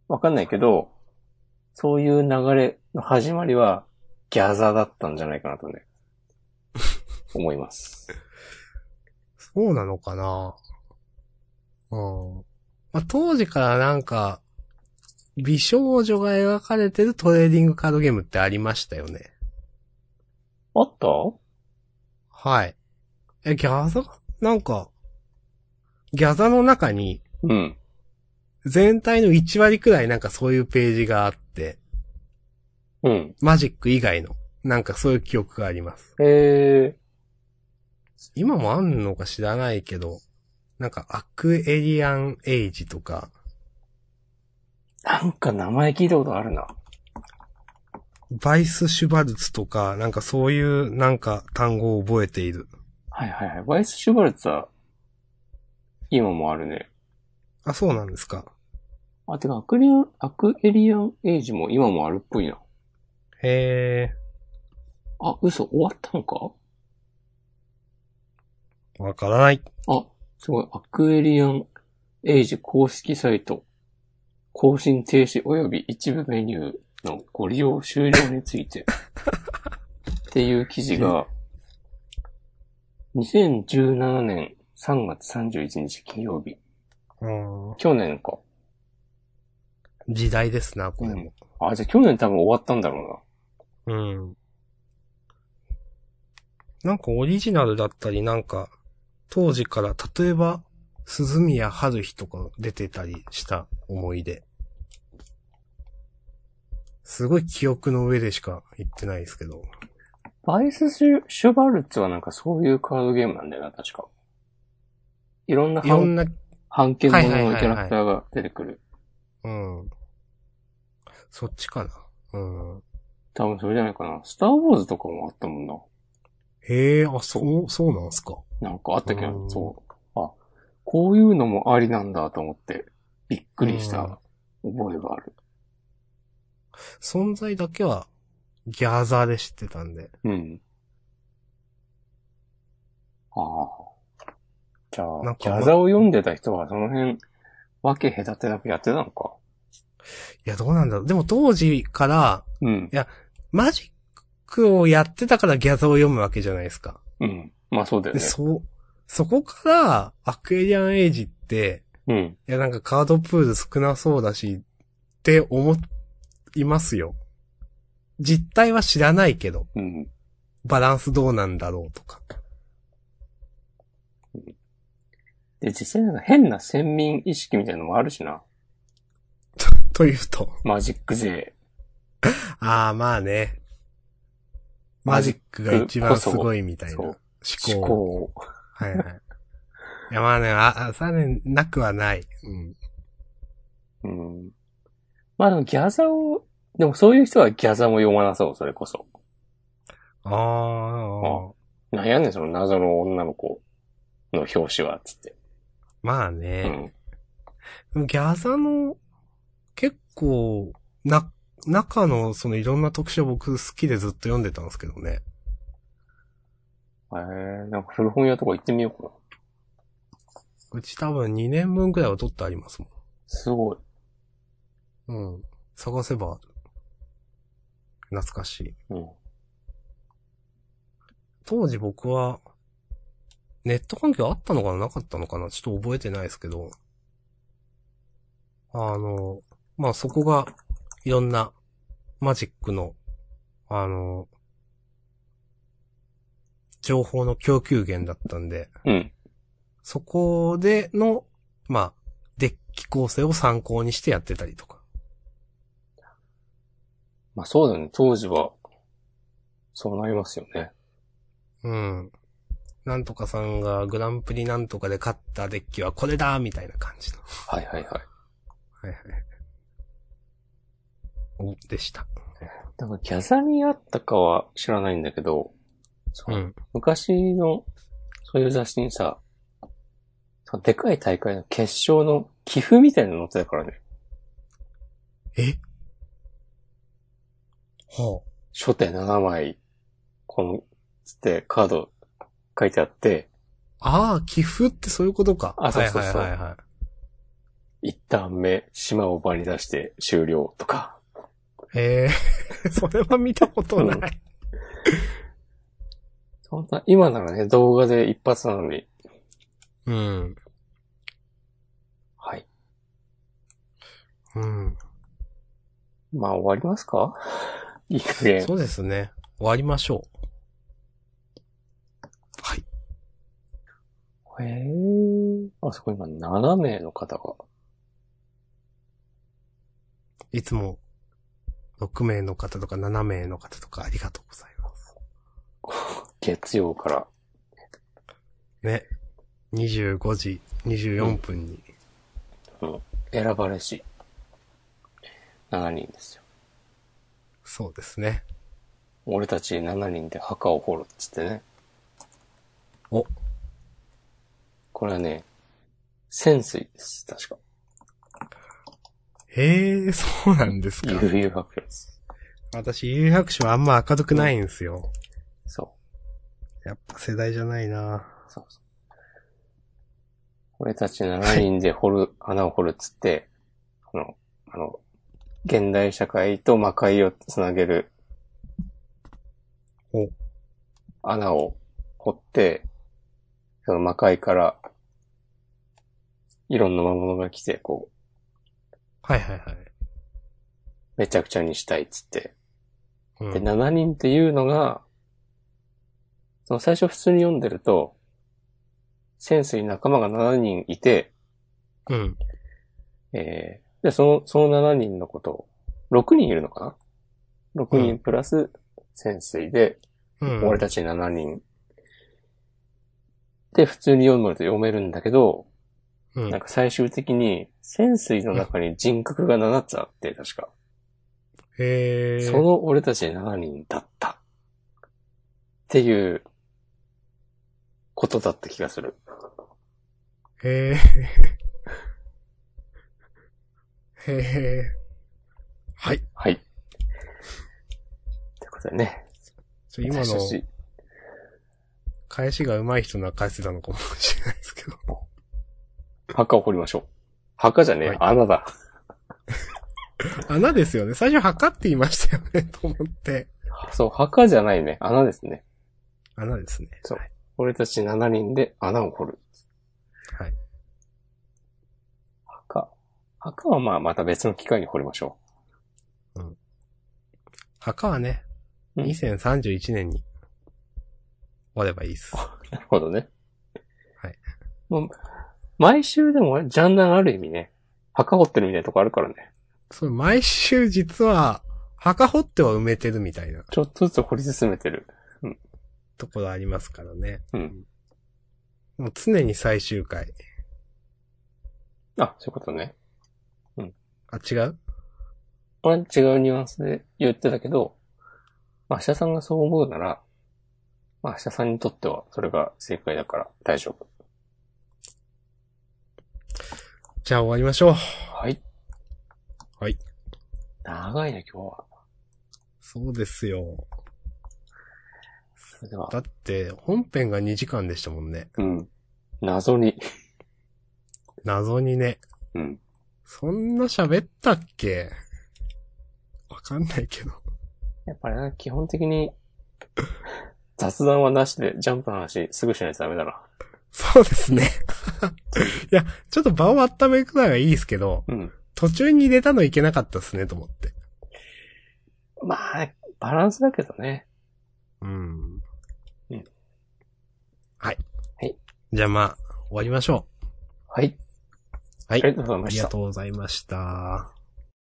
[SPEAKER 1] わかんないけど、そういう流れの始まりはギャザーだったんじゃないかなとね、思います。
[SPEAKER 2] そうなのかなうん。まあ、当時からなんか、美少女が描かれてるトレーディングカードゲームってありましたよね。
[SPEAKER 1] あった
[SPEAKER 2] はい。え、ギャザなんか、ギャザの中に、
[SPEAKER 1] うん。
[SPEAKER 2] 全体の1割くらいなんかそういうページがあって、
[SPEAKER 1] うん。
[SPEAKER 2] マジック以外の、なんかそういう記憶があります。
[SPEAKER 1] え
[SPEAKER 2] 今もあんのか知らないけど、なんかアクエリアンエイジとか、
[SPEAKER 1] ー、なんか名前聞いたことあるな。
[SPEAKER 2] バイス・シュバルツとか、なんかそういうなんか単語を覚えている。
[SPEAKER 1] はいはいはい。バイス・シュバルツは、今もあるね。
[SPEAKER 2] あ、そうなんですか。
[SPEAKER 1] あ、てか、アクリアン、アクエリアン・エイジも今もあるっぽいな。
[SPEAKER 2] へ
[SPEAKER 1] あ、嘘、終わったのか
[SPEAKER 2] ー、わからない。
[SPEAKER 1] あ、すごい、アクエリアン・エイジ公式サイト、更新停止及び一部メニューのご利用終了について、っていう記事が、2017年3月31日金曜日、
[SPEAKER 2] うん、
[SPEAKER 1] 去年か。
[SPEAKER 2] 時代ですな、これも。
[SPEAKER 1] あ、じゃあ去年多分終わったんだろうな。
[SPEAKER 2] うん。なんかオリジナルだったり、なんか、当時から、例えば、鈴宮春日とか出てたりした思い出。すごい記憶の上でしか言ってないですけど。
[SPEAKER 1] バイスシュ・シュバルツはなんかそういうカードゲームなんだよな、確か。いろんない
[SPEAKER 2] ろ
[SPEAKER 1] 半
[SPEAKER 2] んな、
[SPEAKER 1] 半券も
[SPEAKER 2] はいはい
[SPEAKER 1] の
[SPEAKER 2] はい
[SPEAKER 1] の
[SPEAKER 2] はい
[SPEAKER 1] キャラクターが出てくる。
[SPEAKER 2] うん。そっちかな。うん。
[SPEAKER 1] 多分それじゃないかな。スター・ウォーズとかもあったもんな。
[SPEAKER 2] へえ、あ、そう、そうなんすか。
[SPEAKER 1] なんかあったけど、
[SPEAKER 2] うん
[SPEAKER 1] そう。あ、こういうのもありなんだと思って、びっくりした覚えがある。
[SPEAKER 2] 存在だけは、ギャザーで知ってたんで。
[SPEAKER 1] うん。ああ。じゃ
[SPEAKER 2] なん
[SPEAKER 1] あ、
[SPEAKER 2] か
[SPEAKER 1] ギャザを読んでた人はその辺、わけ隔てなくやってたのか。
[SPEAKER 2] いや、どうなんだろう。でも当時から、
[SPEAKER 1] うん。
[SPEAKER 2] マジックをやってたからギャザーを読むわけじゃないですか。
[SPEAKER 1] うん。まあそうだよ
[SPEAKER 2] で、
[SPEAKER 1] ね。
[SPEAKER 2] そう、そこから、アクエリアンエイジって、
[SPEAKER 1] うん。
[SPEAKER 2] いや、なんかカードプール少なそうだし、って思いますよ。実態は知らないけど、
[SPEAKER 1] うん。
[SPEAKER 2] バランスどうなんだろうとか。
[SPEAKER 1] で、実際なんか変な先民意識みたいなのもあるしな。
[SPEAKER 2] というと、
[SPEAKER 1] マジック勢。
[SPEAKER 2] ああ、まあね。マジックが一番すごいみたいな
[SPEAKER 1] そう
[SPEAKER 2] 思
[SPEAKER 1] 思
[SPEAKER 2] 考。
[SPEAKER 1] 考。
[SPEAKER 2] はいはい。いや、まあね、あ、あさね、なくはない。うん。
[SPEAKER 1] うん。まあでもギャザを、でもそういう人はギャザも読まなそう、それこそ。
[SPEAKER 2] ああ
[SPEAKER 1] あ、なんやねん、その謎の女の子の表紙は、つって。
[SPEAKER 2] まあ
[SPEAKER 1] う
[SPEAKER 2] ね。
[SPEAKER 1] ん。
[SPEAKER 2] でもギャザの、結構、な、中の、そのいろんな特集を僕好きでずっと読んでたんですけどね。
[SPEAKER 1] えー、なんか古本屋とか行ってみようかな。
[SPEAKER 2] うち多分2年分くらいは取ってありますも
[SPEAKER 1] すごい。
[SPEAKER 2] ん。うん。探せばある、懐かしい。
[SPEAKER 1] うん。
[SPEAKER 2] 当時僕は、ネット環境あったのかななかったのかなちょっと覚えてないですけど。あの、まあ、そこが、いろんな、マジックの、あの、情報の供給源だったんで、
[SPEAKER 1] うん。
[SPEAKER 2] そこでの、まあ、デッキ構成を参考にしてやってたりとか。
[SPEAKER 1] まあそうだね、当時は、そうなりますよね。
[SPEAKER 2] うん。なんとかさんがグランプリなんとかで勝ったデッキはこれだみたいな感じの。
[SPEAKER 1] はいはいはい。
[SPEAKER 2] はいはい。お、でした。
[SPEAKER 1] なんかギャザにあったかは知らないんだけど、そう
[SPEAKER 2] うん。
[SPEAKER 1] 昔の、そういう雑誌にさ、でかい大会の決勝の寄付みたいなの載ってたからね。
[SPEAKER 2] は
[SPEAKER 1] 初手7枚、この、つってカード書いてあって、
[SPEAKER 2] あ。ああ、寄付ってそういうことか。
[SPEAKER 1] あそうそうそう
[SPEAKER 2] はいはいはい、は
[SPEAKER 1] 一旦目、島を場に出して終了とか。
[SPEAKER 2] い。へえ、 それは見たことない。
[SPEAKER 1] そんな、今ならね、動画で一発なのに、
[SPEAKER 2] うん。
[SPEAKER 1] はい。
[SPEAKER 2] うん。
[SPEAKER 1] まあ終わりますか いい加減。
[SPEAKER 2] そうですね。終わりましょう。はい。
[SPEAKER 1] へえ。あそこ今7名の方が。
[SPEAKER 2] いつも、6名の方とか7名の方とかありがとうございます。
[SPEAKER 1] 月曜から。
[SPEAKER 2] ね。25時24分に。
[SPEAKER 1] 選ばれし、7人ですよ。
[SPEAKER 2] そうですね。
[SPEAKER 1] 俺たち7人で墓を掘るっつってね。
[SPEAKER 2] お。
[SPEAKER 1] これはね、潜水です、確か。
[SPEAKER 2] へえ、そうなんで すか。
[SPEAKER 1] 悠々白書です。
[SPEAKER 2] 私、有白書はあんま明るくないんですよ。
[SPEAKER 1] そ
[SPEAKER 2] やっぱ世代じゃないな
[SPEAKER 1] う。そうそう。俺たち7人で掘る、穴を掘るっつって、あの、あの、現代社会と魔界をつなげる
[SPEAKER 2] お、
[SPEAKER 1] 穴を掘って、その魔界から、いろんな魔物が来て、こう、
[SPEAKER 2] はいはいはい。
[SPEAKER 1] めちゃくちゃにしたいっつって。
[SPEAKER 2] うん
[SPEAKER 1] で、7人っていうのが、その最初普通に読んでると、潜水仲間が7人いて、
[SPEAKER 2] うん。
[SPEAKER 1] えー、で、その、その7人のことを、6人いるのかな ?6
[SPEAKER 2] う
[SPEAKER 1] 人プラス潜水で、
[SPEAKER 2] うん。
[SPEAKER 1] 俺たち7人。で、普通に読むと読めるんだけど、
[SPEAKER 2] うん
[SPEAKER 1] なん。か最終的に、潜水の中に人格が7つあって、確か。
[SPEAKER 2] へえ。
[SPEAKER 1] その俺たち7人だった。っていう、ことだった気がする。
[SPEAKER 2] へえ。へえ。はい。
[SPEAKER 1] はい。ということでね。
[SPEAKER 2] ちょ今
[SPEAKER 1] 私
[SPEAKER 2] の
[SPEAKER 1] たち
[SPEAKER 2] 返しが上手い人なら返せたのかもしれないですけど。
[SPEAKER 1] 墓を掘りましょう。墓じゃねえ、
[SPEAKER 2] はい
[SPEAKER 1] 穴だ。
[SPEAKER 2] 穴ですよね。最初測っていましたよね、 と思って。
[SPEAKER 1] そう、墓じゃないね。穴ですね。
[SPEAKER 2] 穴ですね。
[SPEAKER 1] そう。俺たち7人で穴を掘る。
[SPEAKER 2] はい。
[SPEAKER 1] 墓。墓はまあまた別の機会に掘りましょ
[SPEAKER 2] 墓はね、
[SPEAKER 1] うん
[SPEAKER 2] 2031年に終わればいいです。
[SPEAKER 1] う。 なるほどね。
[SPEAKER 2] はい。
[SPEAKER 1] もう、毎週でもジャンダンある意味ね、墓掘ってるみたいなとこあるからね。
[SPEAKER 2] それ毎週実は、墓掘っては埋めてるみたいな
[SPEAKER 1] ちょっとずつ掘り進めてる。
[SPEAKER 2] ところありますからね。
[SPEAKER 1] うん。
[SPEAKER 2] もう常に最終回。
[SPEAKER 1] あ、そういうことね。
[SPEAKER 2] あ、違う
[SPEAKER 1] これは違うニュアンスで言ってたけど、まあ、明日さんがそう思うなら、まあ、明日さんにとってはそれが正解だから大丈夫。
[SPEAKER 2] じゃあ終わりましょう。
[SPEAKER 1] はい。
[SPEAKER 2] はい。
[SPEAKER 1] 長いね、今日は。
[SPEAKER 2] そうですよ。
[SPEAKER 1] それでは
[SPEAKER 2] だ、って、本編が2時間でしたもんね。
[SPEAKER 1] うん。謎に。
[SPEAKER 2] 謎にね。
[SPEAKER 1] うん。
[SPEAKER 2] そんな喋ったっけわかんないけど。
[SPEAKER 1] やっぱりな、基本的に、雑談はなしで、ジャンプの話すぐしないとダメだな。
[SPEAKER 2] そうですね。 いや、ちょっと場を温めるくらいはいいですけど、
[SPEAKER 1] うん。
[SPEAKER 2] 途中に入れたのいけなかったですね、と思って。
[SPEAKER 1] まあ、バランスだけどね。
[SPEAKER 2] うん。
[SPEAKER 1] うん
[SPEAKER 2] はい。
[SPEAKER 1] はい。
[SPEAKER 2] じゃあまあ、終わりましょ
[SPEAKER 1] はい。
[SPEAKER 2] う。は
[SPEAKER 1] あ
[SPEAKER 2] い。
[SPEAKER 1] りがとうござい
[SPEAKER 2] あ
[SPEAKER 1] ま
[SPEAKER 2] り
[SPEAKER 1] し
[SPEAKER 2] が
[SPEAKER 1] た。
[SPEAKER 2] とうございました。